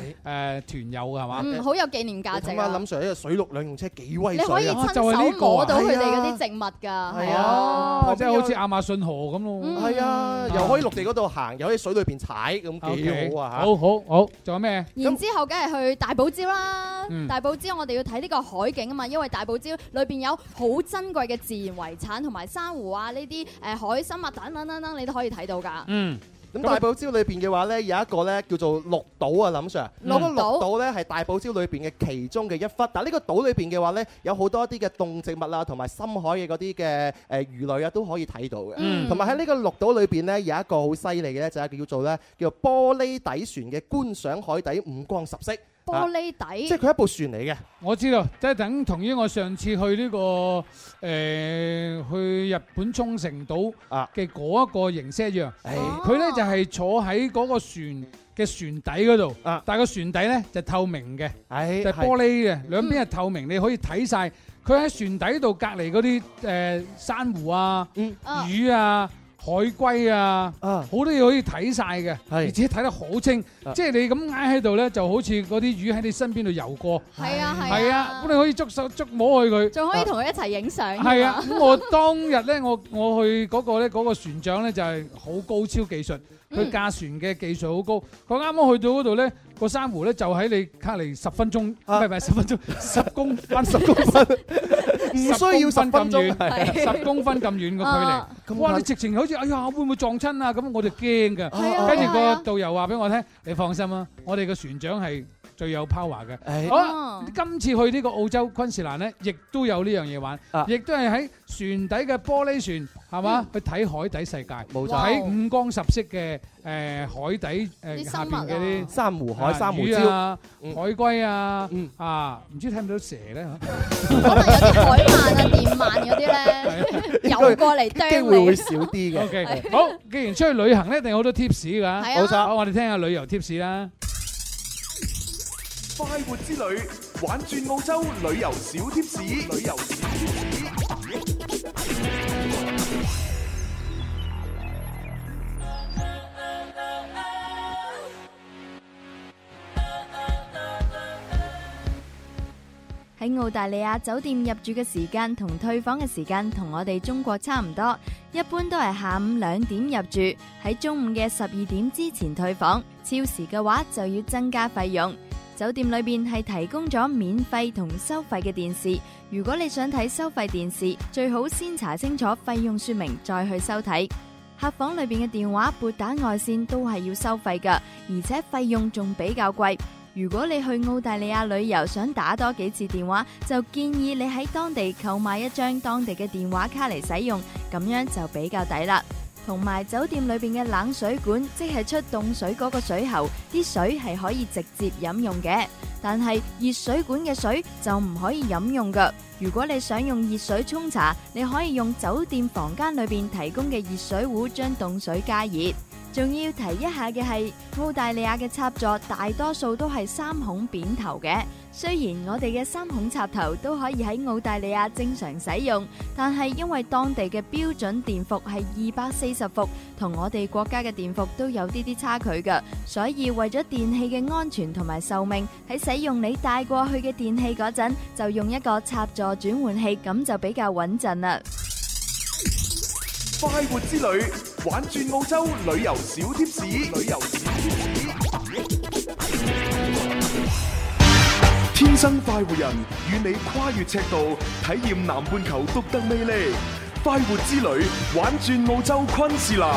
H: 誒團友啊㗎係嘛？
V: 嗯，好有紀念價值
I: 咁啊，
V: 啊！
I: 林 Sir 呢個水陸兩用車幾威
V: 你
I: 水啊！
V: 可以親
H: 就係
V: 手
H: 呢個啊
V: 摸到佢哋
I: 係
V: 嗰
I: 啊
V: 啲植物㗎，係
I: 係啊
H: 哦，即係好似亞嗯馬遜河咁咯。
I: 係啊，又可以陸地嗰度行，又可以水裏邊踩，咁幾好啊！嚇
H: 好好好，仲有咩？
V: 然之後，梗係去大堡礁啦
H: 嗯！
V: 大堡礁我哋要睇呢個海景啊嘛，因為大堡礁裏邊有好珍貴嘅自然遺產同埋珊瑚啊，呢啲誒海參啊等等等等，你都可以睇到㗎。
H: 嗯，
I: 咁大堡礁裏邊嘅話呢，有一個呢叫做綠島啊，林 Sir。
V: 綠島
I: 嗰個綠島呢係大堡礁裏邊嘅其中嘅一忽，但呢個島裏邊嘅話呢，有好多一啲嘅動植物啊，同埋深海嘅嗰啲嘅誒魚類啊，都可以睇到
A: 嗯
I: 嘅。同埋喺呢個綠島裏邊呢，有一個好犀利嘅呢，就係叫做呢叫做玻璃底船嘅觀賞海底五光十色。
V: 玻
I: 啊
V: 璃底
I: 即係佢一部船嚟嘅。
H: 我知道，即係等同於我上次去呢、個誒、去日本沖繩島
I: 啊
H: 嘅嗰一個形式一
I: 哦
H: 樣。佢咧、就係、坐喺嗰個船嘅船底嗰度，
I: 啊
H: 但係個船底咧就透明嘅，
I: 就
H: 係玻璃嘅，兩邊係透明，你可以睇晒。佢喺船底度隔離嗰啲誒珊瑚啊、
I: Ừ.
H: 魚啊。海龜啊，
I: Ờ,
H: 好多嘢可以睇晒嘅，而且睇得好清，即係你咁挨喺度咧，就好似嗰啲魚喺你身邊度游過。
V: 係啊
H: 係
V: 係啊，
H: 啊，咁你可以捉手捉摸佢佢，
V: 仲可以同佢一齊影相㗎嘛。
H: 係啊，咁我當日咧，我我去嗰個咧，嗰個船長咧就係好高超技術，佢
V: 嗯
H: 駕船嘅技術好高。佢啱啱去到嗰度咧，個珊瑚咧就喺你隔離十分鐘，唔係唔係十分 鐘，十公分，十公分，
I: 唔需要10分鐘係啊
H: 十公分咁遠嘅
I: 啊
H: 距離。
I: 咁
H: 哇！
I: 近
H: 你直情好似哎呀，會唔會撞親啊？咁我哋驚㗎。
I: 啊
H: 跟
I: 係
H: 住
I: 啊
H: 個導遊話俾我聽：你放心啦，我哋嘅船長係。最有 power
I: ờ,
H: 嘅。
G: 哎
H: 好
V: 啊
H: 啦，
V: 嗯
H: 今次去呢個澳洲昆士蘭咧，亦都有呢樣嘢玩，亦都係喺船底嘅玻璃船，係嘛？去睇海底世界，
I: 冇錯
H: 睇五光十色嘅誒海底誒
I: 啲
H: 下
I: 生物
H: 邊嗰啲
I: 啊珊瑚海
H: 啊
I: 珊瑚
H: 魚
I: 礁
H: 啊、海龜啊，啊唔知睇唔到蛇咧？
C: 海漫啊、電漫嗰啲
H: 啊
C: 咧，游過嚟啄你。
H: 嘅。OK，好，既然出去旅行咧，一定好多 tips 㗎。
C: 係啊冇錯
H: 好，我哋聽下旅遊 tips 啦。
F: 快活之旅，玩轉澳洲旅遊小貼士，旅遊小貼士。
C: 喺澳大利亞酒店入住嘅時間同退房嘅時間同我哋中國差唔多，一般都係下午兩點入住，喺中午嘅十二點之前退房。超時嘅話就要增加費用。酒店裏邊係提供咗免費同收費嘅電視，如果你想睇收費電視，最好先查清楚費用說明再去收睇。客房裏邊嘅電話撥打外線都係要收費噶，而且費用仲比較貴。如果你去澳大利亞旅遊，想打多幾次電話，就建議你喺當地購買一張當地嘅電話卡嚟使用，咁樣就比較抵啦。同埋酒店裏邊嘅冷水管，即係出凍水嗰個水喉，啲水係可以直接飲用嘅。但係熱水管嘅水就唔可以飲用噶。如果你想用熱水沖茶，你可以用酒店房間裏邊提供嘅熱水壺將凍水加熱。仲要提一下嘅係，澳大利亞嘅插座大多數都係三孔扁頭嘅。雖然我哋嘅三孔插頭都可以喺澳大利亞正常使用，但係因為當地嘅標準電伏係二百四十伏，同我哋國家嘅電伏都有啲啲差距㗎，所以為咗電器嘅安全同埋壽命，喺使用你帶過去嘅電器嗰陣，就用一個插座轉換器，咁就比較穩陣啦。
F: 快活之旅，玩轉澳洲旅遊小貼士，旅遊小貼士。天生快活人，與你跨越赤道，體驗南半球獨特魅力。快活之旅，玩轉澳洲昆士蘭。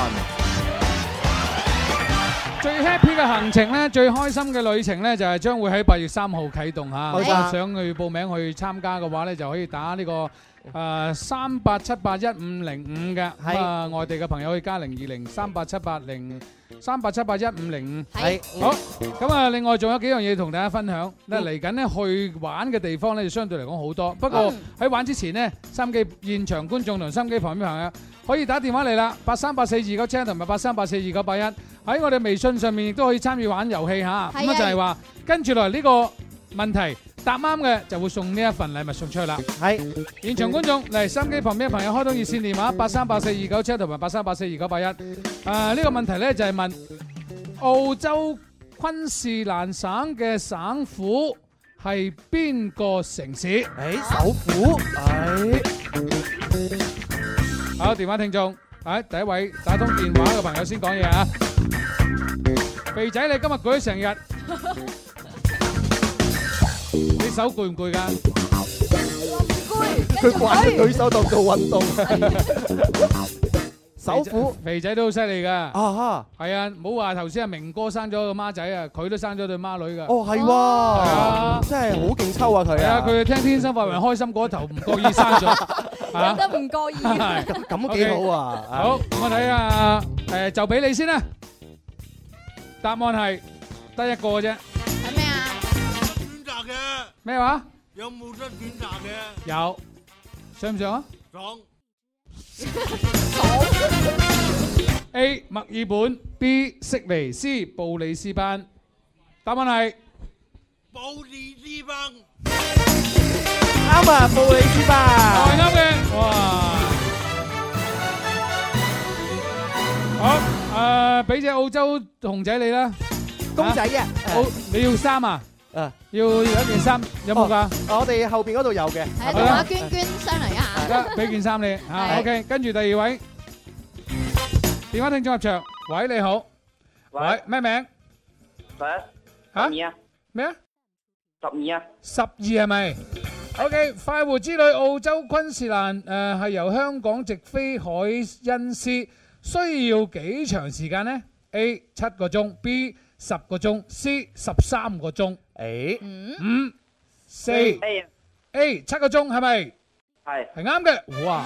H: 最 happy 嘅行程咧，最開心嘅旅程咧，就係將會喺八月三號啟動嚇。
G: 冇錯
H: 如果想去報名去參加嘅話咧，就可以打呢個誒三八七八一五零五嘅。咁啊，外地嘅朋友可以加零二零三八七八零三八七八一五零五。
G: 係
H: 好。咁啊，另外仲有幾樣嘢同大家分享。嗱，嚟緊咧去玩嘅地方咧，就相對嚟講好多。不過喺玩之前咧，心機現場觀眾同心機旁邊朋友可以打電話嚟啦，八三八四二九七同埋八三八四二九八一。喺我哋微信上面亦都可以參與玩遊戲嚇。咁啊就係話，跟住落嚟呢個問題答啱嘅就會送呢一份禮物送出去啦。
I: 係
H: 現場觀眾嚟，心機旁邊嘅朋友開通熱線電話八三八四二九七同埋八三八四二九八一。誒呢個問題咧就係問澳洲昆士蘭省嘅省府係邊個城市？誒首府誒。好，電話聽眾，誒第一位打通電話嘅朋友先講嘢啊！肥仔，你今日舉咗成日，你手攰唔攰㗎？
I: 佢慣咗舉手當做運 動。
H: 手虎肥仔都好犀利噶，
I: À
H: 啊哈，係啊，唔好話頭先阿明哥生咗個孖仔啊，佢都生咗對孖女噶。
I: 哦，係
H: 啊
I: 喎，真係好勁抽啊佢
H: 係啊
I: 啊！，
H: 佢聽天生發人開心嗰頭唔覺意生咗，啊
V: 得唔過意？
H: 係
I: 咁幾好啊
H: OK，好，我睇下誒，就俾你先啦。答案係得一個啫。係咩啊？選擇嘅。咩話？
B: 有冇得選擇嘅？
H: 有，想唔想啊
B: 爽，
H: ？A. 墨爾本，B. 悉尼，C. 布里斯班。答案係。
B: 保利之邦。
I: 啱啊，布里斯班。
H: 係啱嘅，哇！Ờ, 好，誒，俾只澳洲熊仔你啦，
I: 公仔嘅
H: 啊好，你要衫啊？
I: 啊，
H: 要有一件衫，有冇㗎？
I: 我哋後邊嗰度有嘅。
H: 係
V: 同阿哎娟啊娟商量一下。
H: 得，俾件衫你嚇
V: 係
H: À, ，OK。跟住第二位，電話聽眾入場，喂，你好，喂，咩名？嚇？咩啊？
D: 十二啊！
H: 十二係咪？OK，快活之旅澳洲昆士蘭誒係、由香港直飛海恩斯，需要幾長時間呢？A 七個鐘，B 十個鐘，C 十三個鐘，誒，五、四、
A: A
H: A 七個鐘係咪？係係啱嘅，哇！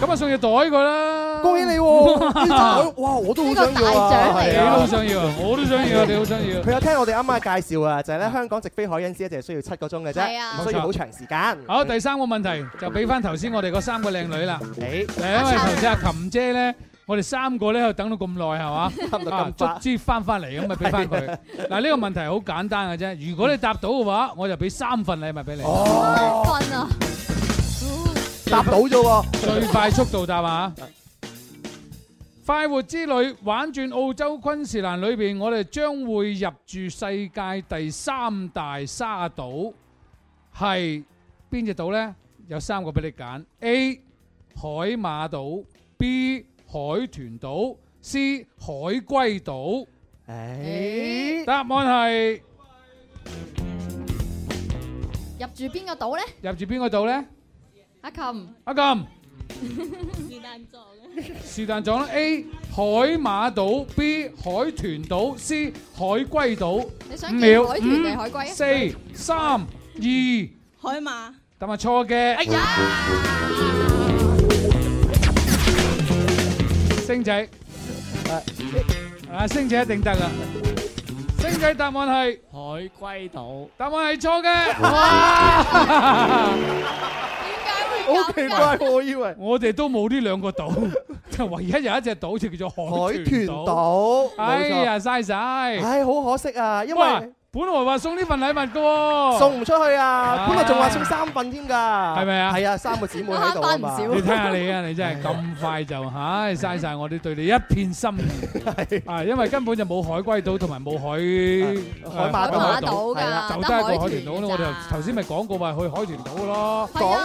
H: 咁啊送隻袋佢啦，
I: 恭喜你
H: 嗯
I: 喎！呢種哇，我都好想要啊！
H: 你
I: 係啊
H: 好想要啊，我都想要啊，你好想要。
I: 佢有聽我哋啱啱介紹啊，就係咧香港直飛海因斯咧，就係需要七個鐘嘅
H: 係啊
I: 啫，唔需要好長時間。
H: 好，第三個問題就俾翻頭先我哋嗰三個靚女
I: 嗯
H: 啦。誒，因為頭先阿琴姐咧，我哋三個咧喺度等到咁耐係嘛，
I: 等到咁
H: 啊
I: 快
H: 卒之翻翻嚟咁咪俾翻佢。嗱呢個問題好簡單嘅啫，如果你答到嘅話，我就俾三份禮物俾你。
I: 哦
V: 瞓啊！
I: 答到咗喎，
H: 最快速度答啊！ 快活之旅玩轉澳洲昆士蘭裏邊，我哋將會入住世界第三大沙島，係邊只島呢？有三個俾你揀：A 海馬島、B 海豚島、C 海龜島。
I: 誒，
H: 答案係
V: 入住邊個島咧？
H: 入住邊個島呢？
V: 阿琴，
H: 阿金。
L: 是但做
H: 是但撞啦，A 海馬島，B 海豚島，C 海龜島。
L: 你
H: 五
L: 想
H: 秒，
L: 見海豚
H: ừ,
L: 定海龜啊
H: 五、四、三、二，
L: 海馬。
H: 答案錯嘅。哎呀！星仔，啊星仔一定得啦。星仔答案係海龜島，答案係錯嘅。哇！
I: 好奇怪，我以為
H: 我哋都冇呢兩個島，就 唯一有一隻島就叫做海
I: 海豚
H: 豚島。
I: 島，
H: 哎呀，
I: 冇錯
H: 嘥晒！
I: 唉，好可惜啊，因
H: 哇
I: 為
H: 本來話送呢份禮物嘅喎，
I: 送唔出去啊，
H: 唉
I: 本來仲話送三份添㗎，係
H: 係咪啊？
I: 係啊，三個姊妹喺度啊嘛，
H: 你睇下你啊，你真係咁快就唉嘥晒我哋對你一片心意啊！因為根本就冇海龜島同埋冇海
I: 海馬島
H: 海
I: 海馬島㗎
H: 係啦就
I: 得
H: 得一
I: 海
H: 個海
I: 豚
H: 豚島啦。我哋頭先咪講過話去海豚島咯。
I: 講，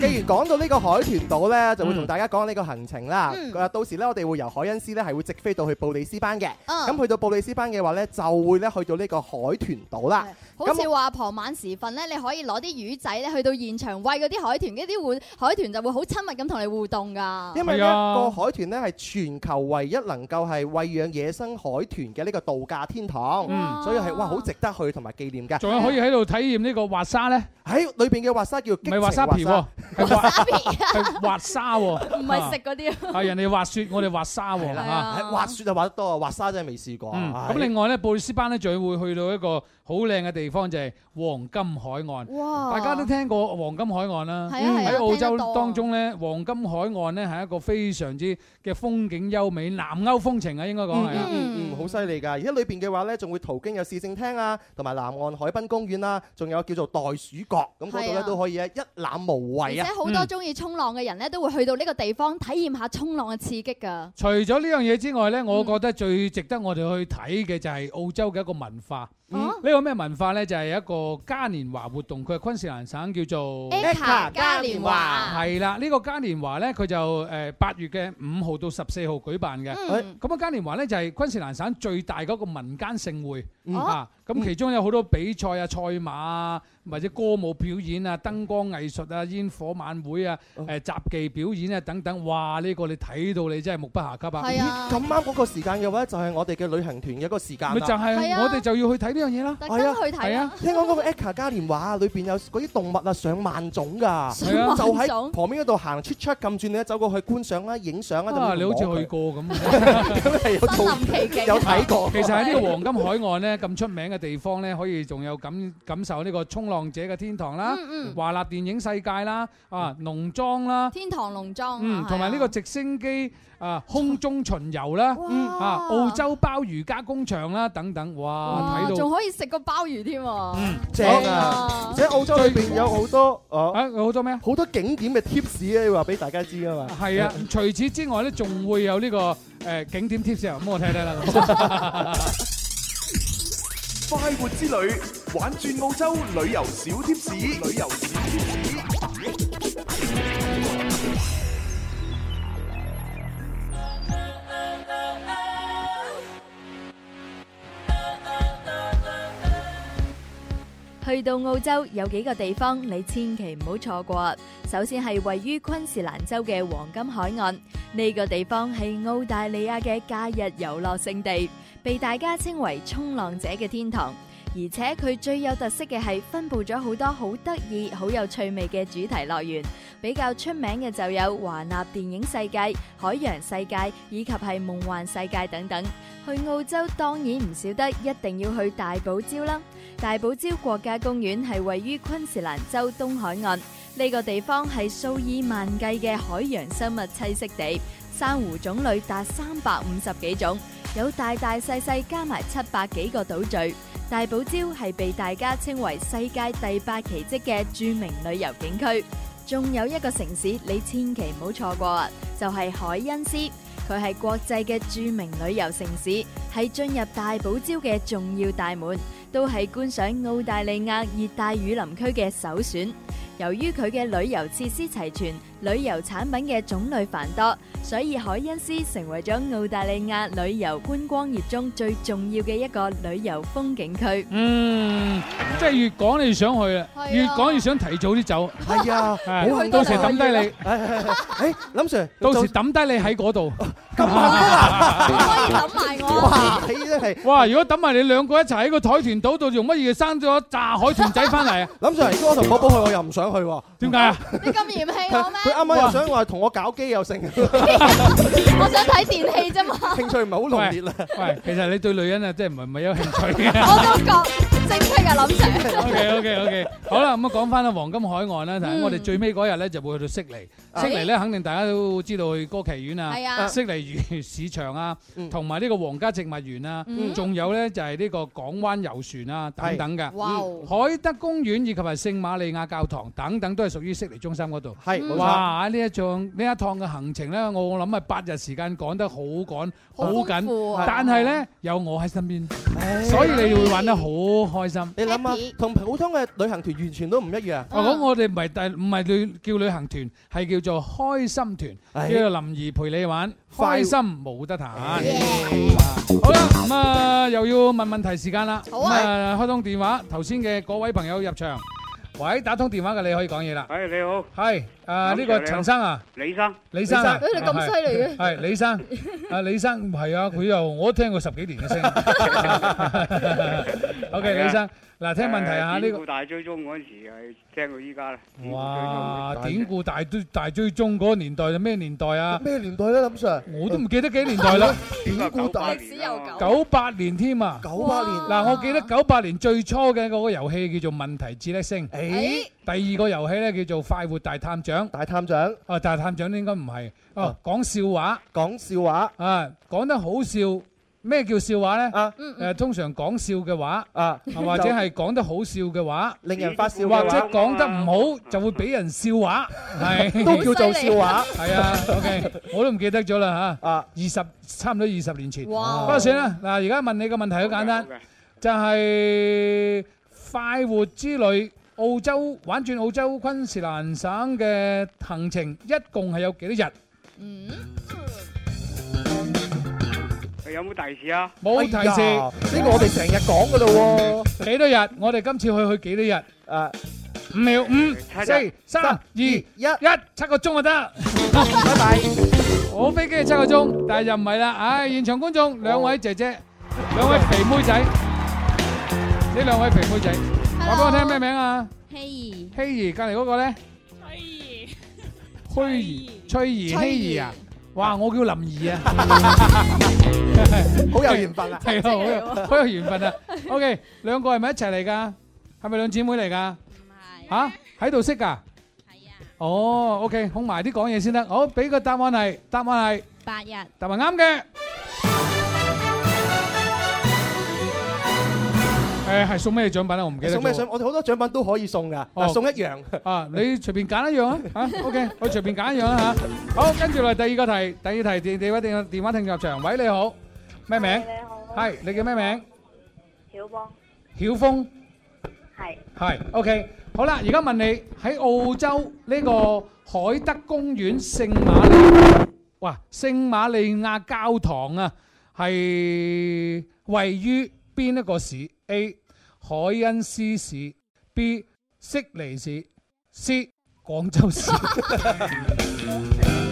I: 既然講到呢個海豚島呢，就會同
H: 嗯
I: 大家講呢個行程啦。
H: 嗯啊
I: 誒到時呢，我哋會由海恩斯呢係會直飛到去布里斯班嘅。
V: 嗯
I: 咁去到布里斯班嘅話呢，就會呢去到呢個海豚島啦。
V: 好似話傍晚時分咧，你可以攞啲魚仔咧去到現場餵嗰啲海豚，跟住啲會海豚就會好親密咁同你互動㗎。
I: 因為
H: 啊
I: 呢個海豚呢係全球唯一能夠係餵養野生海豚嘅呢個度假天堂，
H: 嗯
I: 所以係哇好值得去同埋紀念㗎。
H: 仲有可以喺度體驗呢個滑沙咧，
I: 喺裏邊嘅滑沙叫唔
H: 唔係滑沙皮喎，係滑係滑沙喎，
V: 唔係食嗰啲
H: 啊！人哋滑雪，我哋滑沙喎，
I: 啦
H: 嚇
I: 係滑雪就滑得多啊，滑沙真係未試過。
H: 嗯，
I: 唉
H: 咁另外咧，布里斯班咧仲會去到一個好靚嘅地方，就係黃金海岸。
V: 哇
H: 大家都聽過黃金海岸啦。嗯
V: 係啊係啊
H: 喺澳
V: 聽得多啊
H: 洲當中咧，黃金海岸咧係一個非常之嘅風景優美、南歐風情啊，應該講係啊。
I: 嗯嗯，好犀利㗎！而家裏邊嘅話咧，仲會途經有市政廳啊，同埋南岸海濱公園啦，仲有叫做袋鼠角，咁嗰度
V: 係
I: 咧
V: 啊
I: 都可以啊一覽無
V: 而
I: 遺
V: 且
I: 啊！
V: 好
H: 嗯
V: 多中意衝浪嘅人咧，都會去到呢個地方體驗下衝浪嘅刺激㗎。
H: 除咗呢樣嘢之外咧，我覺得最值得我哋去睇嘅就係澳洲嘅一個文化。
V: 嗯
H: 呢個咩文化咧？就係一個嘉年華活動，佢係昆士蘭省叫做
V: ECA 嘉年華
H: 係啦，呢個嘉年華咧，佢就誒八月嘅五號到十四號舉辦嘅。
V: 嗯
H: 咁啊，嘉年華咧就係昆士蘭省最大嗰個民間盛會
V: 嗯
H: 啊。咁其中有好多比賽啊、賽馬啊，或者歌舞表演啊、燈光藝術啊、煙火晚會啊、誒雜技表演啊等等。哇！呢個你睇到你真係目不暇給啊！
I: 咦哎咁啱嗰個時間嘅話，就係我哋嘅旅行團嘅一個時間啦
H: 咪就係我哋就要去睇呢樣嘢啦。
I: 係啊係啊！聽講嗰個 ECA 嘉年華啊，裏邊有嗰啲動物啊上萬種㗎，
H: 上萬種
I: 啊就喺旁邊嗰度行出出撳轉你走過去觀賞啦、影相啦，
H: 啊！你好 似去
I: 過，
H: 過咁。
I: 咁係有做有睇過。
H: 其實喺呢個黃金海岸咧咁出名嘅地方咧，可以仲有感感受呢個衝浪者嘅天堂啦
V: 嗯嗯、
H: 華納電影世界啦、啊農莊啦。
V: 天堂農莊啊
H: 嗯，同埋呢個直升機啊，空中巡遊啦，嗯啊，澳洲鮑魚加工場啦，等等，哇，
V: 哇
H: 睇
V: 仲
H: 到
V: 可以食個鮑魚添喎。
I: 嗯正啊！而且澳洲裏邊有好多啊，
H: 好多咩？
I: 好多景點嘅 tips 咧，話俾大家知啊嘛。
H: 係啊！除此之外咧，仲會有呢個誒景點 tips 啊，咁我睇睇啦。
F: 快活之旅，玩轉澳洲旅遊小貼士，旅遊小貼士。
V: 去
C: 去到澳洲有幾個地方你千祈唔好錯過啊。首先係位於昆士蘭州嘅黃金海岸，呢、個地方係澳大利亞嘅假日遊樂勝地，被大家稱為衝浪者嘅天堂。而且佢最有特色嘅係分布咗好多好得意、好有趣味嘅主題樂園，比較出名嘅就有華納電影世界、海洋世界以及係夢幻世界等等。去澳洲當然唔少得，一定要去大堡礁啦！大堡礁國家公園係位於昆士蘭州東海岸，呢、個地方係數以萬計嘅海洋生物棲息地，珊瑚種類達三百五十幾種，有大大細細加埋七百幾個島嶼。大堡礁係被大家稱為世界第八奇蹟嘅著名旅遊景區。仲有一個城市你千祈唔好錯過啊，就係、海恩斯。佢係國際嘅著名旅遊城市，係進入大堡礁嘅重要大門，都係觀賞澳大利亞熱帶雨林區嘅首選。由於佢嘅旅遊設施齊全，旅遊產品嘅種類繁多，所以海恩斯成為咗澳大利亞旅遊觀光業中最重要嘅一個旅遊風景區。
H: 嗯，即係越講你越想去啦
C: 係啊，
H: 越講越想提早啲走。
I: 係啊好幸
H: 到時
I: 福啊
H: 抌低你。
I: 誒，林 Sir，
H: 到時抌低你喺嗰度。咁
I: 啊！
C: 可以抌埋
I: 我啊！哇，你真係
H: 〜 哇！如果抌埋你兩個一齊喺個海豚島度，用乜嘢生咗一扎海豚仔翻嚟 啊？
I: 林 Sir，如果我同寶寶去，我又唔想去喎。
H: 點解啊？
C: 你咁嫌棄 我咩？
I: 佢啱啱又想話同我搞基又成，
C: 我想睇電器啫嘛。
I: 興趣唔係好濃烈啦。
H: 喂，其實你對女人啊，真係唔係唔係有興趣嘅。
C: 我都覺正辟啊，林 Sir。
H: OK OK OK，好啦，咁啊講翻啦，黃金海岸啦，但
C: 嗯
H: 係我哋最尾嗰日咧就會去到悉尼，
C: 啊
H: 悉尼咧肯定大家都知道去歌劇院
C: 係啊
H: 啊，悉尼魚 市場啊，同埋呢個皇家植物園啊
C: 嗯，
H: 仲有咧就係呢個港灣遊船啊等等嘅。
C: 哇哦
H: 海德公園以及係聖瑪利亞教堂等等都係屬於悉尼中心嗰度。
I: 係冇錯
H: 哇！呢一趟呢一趟嘅行程咧，我我諗係八日時間趕得好趕
I: 好
H: 好
I: 豐富啊
H: 緊，但係咧有我喺身邊，所以你會玩得好開心。
I: 你諗下，同普通嘅旅行團完全都唔一樣。
H: 我講我哋唔係大唔係旅叫旅行團，係叫做開心
I: 哎
H: 團，叫做林兒陪你玩，
I: 快
H: 開心冇得彈。好啦，咁啊又要問問題時間啦。
D: 好啊
H: 咁啊，開通電話，頭先嘅嗰位朋友入場。喂，打通電話嘅你可以講嘢啦。
D: 哎係你好，
H: 係啊呢個陳生啊，
D: 李生，
H: 李生啊，
D: 你咁犀利嘅，
H: 係李生，啊李生係啊，佢又我都聽過十幾年 嘅聲。
D: 係
H: OK，
D: 啊
H: 李生，嗱聽問題啊
D: 誒
H: 呢
D: 典
H: 個
D: 故。大追蹤嗰陣時係聽到依家啦，
H: 哇！典故大追大追蹤嗰個年代係咩年代 啊？
I: 咩年代咧，林 Sir？
H: 我都唔記得幾年代啦。
I: 典故大歷
D: 史悠久
H: 九八年添啊！
I: 九八年
H: 嗱，我記得九八年最初嘅嗰個遊戲叫做問題智叻星。
I: 誒，
H: 第二個遊戲咧叫做快活大探長。
I: 大探長。
H: 啊，大探長應該唔係。哦
I: 啊，
H: 講笑話。
I: 講笑話。
H: 啊，講得好笑。咩叫笑話咧？
I: 啊，
H: 誒，通常講笑嘅話
I: 啊，
H: 或者係講得好笑嘅話，
I: 令人發笑嘅話
H: 或者講得唔好就會俾人笑話，係
I: 都叫做笑話
H: 係啊，OK，我都唔記得咗啦嚇。啊，二十差唔多二十年前。
D: 哇
H: 不過算啦，嗱，而家問你個問題好簡單，就係快活之旅。澳洲玩轉澳洲昆士蘭省嘅行程，一共係有幾多日？
D: 佢有冇提示啊？
H: 冇提示，
I: 呢個我哋成日講噶咯
H: 喎。幾多日？我哋今次去去幾多日？
I: 誒，
H: 五秒，五、
I: 七
H: 四、三、二、一，
I: 一
H: 七個鐘就得。
I: 拜拜。
H: 我飛機係七個鐘，但係又唔係啦。唉，現場觀眾兩位姐姐，兩位肥妹仔，呢兩位肥妹仔，話俾我聽咩名啊？
L: 希怡，
H: 希兒，隔離嗰個咧？
L: 崔怡，
H: 崔兒，崔兒，
L: 崔兒
H: 希兒啊！哇，我叫林兒啊！
I: 好有緣分啊
H: 係啊，好有好有緣分啊
I: 係
H: ！OK，兩個係咪一齊嚟㗎？係咪兩姊妹嚟㗎？唔係嚇，喺度識㗎？係啊。哦，OK，控埋啲講嘢先得。好，俾個答案係，答案係，
L: 八日，
H: 答案啱嘅。誒係送咩獎品啊？我唔記得咗。
I: 送咩獎？我哋好多獎品都可以送噶，
H: 哦
I: 嗱，送一樣。。
H: 啊，你隨便揀一樣啊，嚇，OK，我隨便揀一樣啊，嚇。好，跟住嚟第二個題，第二題電電話電電話聽入場，喂，你好，咩名？
J: 你好
H: 係，你叫咩名？
J: 小邦
H: 曉峰，
J: 係
H: 係，OK，好啦，而家問你喺澳洲呢個海德公園聖馬利，哇，聖馬利亞教堂啊，係位於邊一個市？A. 海恩斯市 B 悉尼市，C 廣州 市。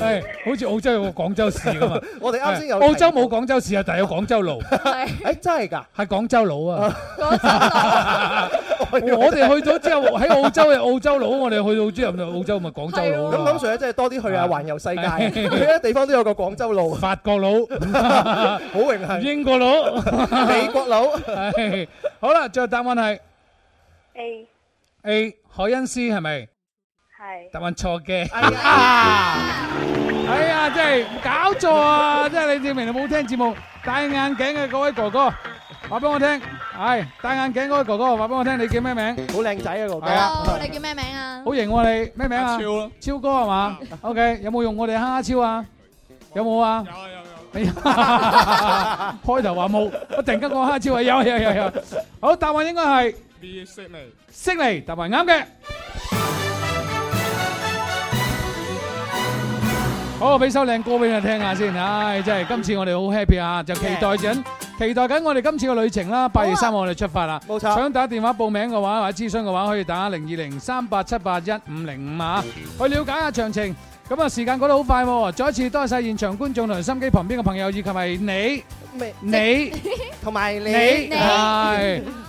H: 係，好似澳洲有個廣州市噶嘛
I: 我哋啱先有
H: 係澳洲冇廣州市啊，但係有廣州 路。
I: 誒真係㗎，
H: 係廣州佬啊！ 我哋去咗之後喺澳洲嘅澳洲佬，我哋去到之後就澳洲咪廣州佬咯。
I: 咁林 Sir 真係多啲去啊，環遊世界，
H: 係
I: 每一地方都有個廣州路。
H: 法國 佬，
I: 好榮幸。
H: 英國佬，
I: 美國佬。
H: 係好啦，最後答案係
J: A
H: A 海恩斯係咪？
J: 係
H: 答案錯嘅。 哎呀，真係搞錯啊！真係你證明你冇聽節目，戴眼鏡嘅嗰位哥哥，話俾我聽，係戴眼鏡嗰位哥哥，話俾我聽，你叫咩名？
I: 好靚仔啊，哥哥。
H: 係啊。
C: 哦，你叫咩名啊？
H: 好型喎你，咩名啊？
C: 阿超
H: 咯，超哥係嘛？OK，有冇用我哋蝦超啊？有冇啊？有有有。 開頭話冇，我突然間講蝦超啊，有有有有。好，答案應該係
B: B 悉尼，
H: 悉尼，答案啱嘅。好，俾首靚歌俾你聽下先，唉，真係今次我哋好 happy 啊！就期待緊，期待緊我哋今次嘅旅程啦。八月三號我哋出發啦，冇錯。想打電話報名嘅話，或者諮詢嘅話，可以打零二零三八七八一五零五啊，去了解下詳情。咁啊，時間過得好快喎！再一次多謝現場觀眾同心機旁邊嘅朋友，以及係你。
I: 咩？
H: 你
I: 同埋你
H: 係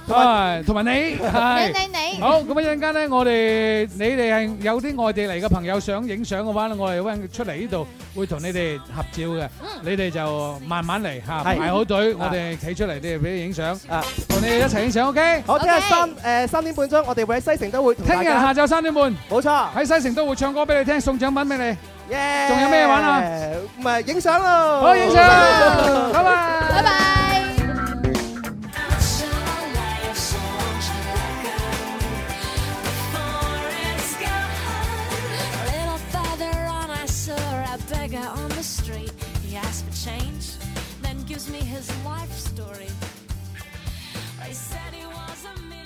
H: 係同埋你係
I: 你你你
H: 好咁啊！一陣間咧，我哋你哋係有啲外地嚟嘅朋友想影相嘅話咧，我哋揾出嚟呢度會同你哋合照嘅。你哋就慢慢嚟嚇，
I: 係
H: 排好隊，
I: 啊
H: 我哋企出嚟，你哋俾你影相，同你哋一齊影相，OK？
I: 好，聽日三誒三點半鐘，我哋會喺西城都會同
H: 聽
I: 大
H: 日下
I: 家
H: 晝三點半，
I: 冇錯，
H: 喺西城都會唱歌俾你聽，送獎品俾你。
I: 耶！
H: 仲有咩玩啊？
I: 咪影相咯！
H: 好影相拜
Q: 拜
H: 拜
C: 拜。
M: little further on, I saw a beggar on the street. He asked for change, then gives me his life story. They said he was a millionaire.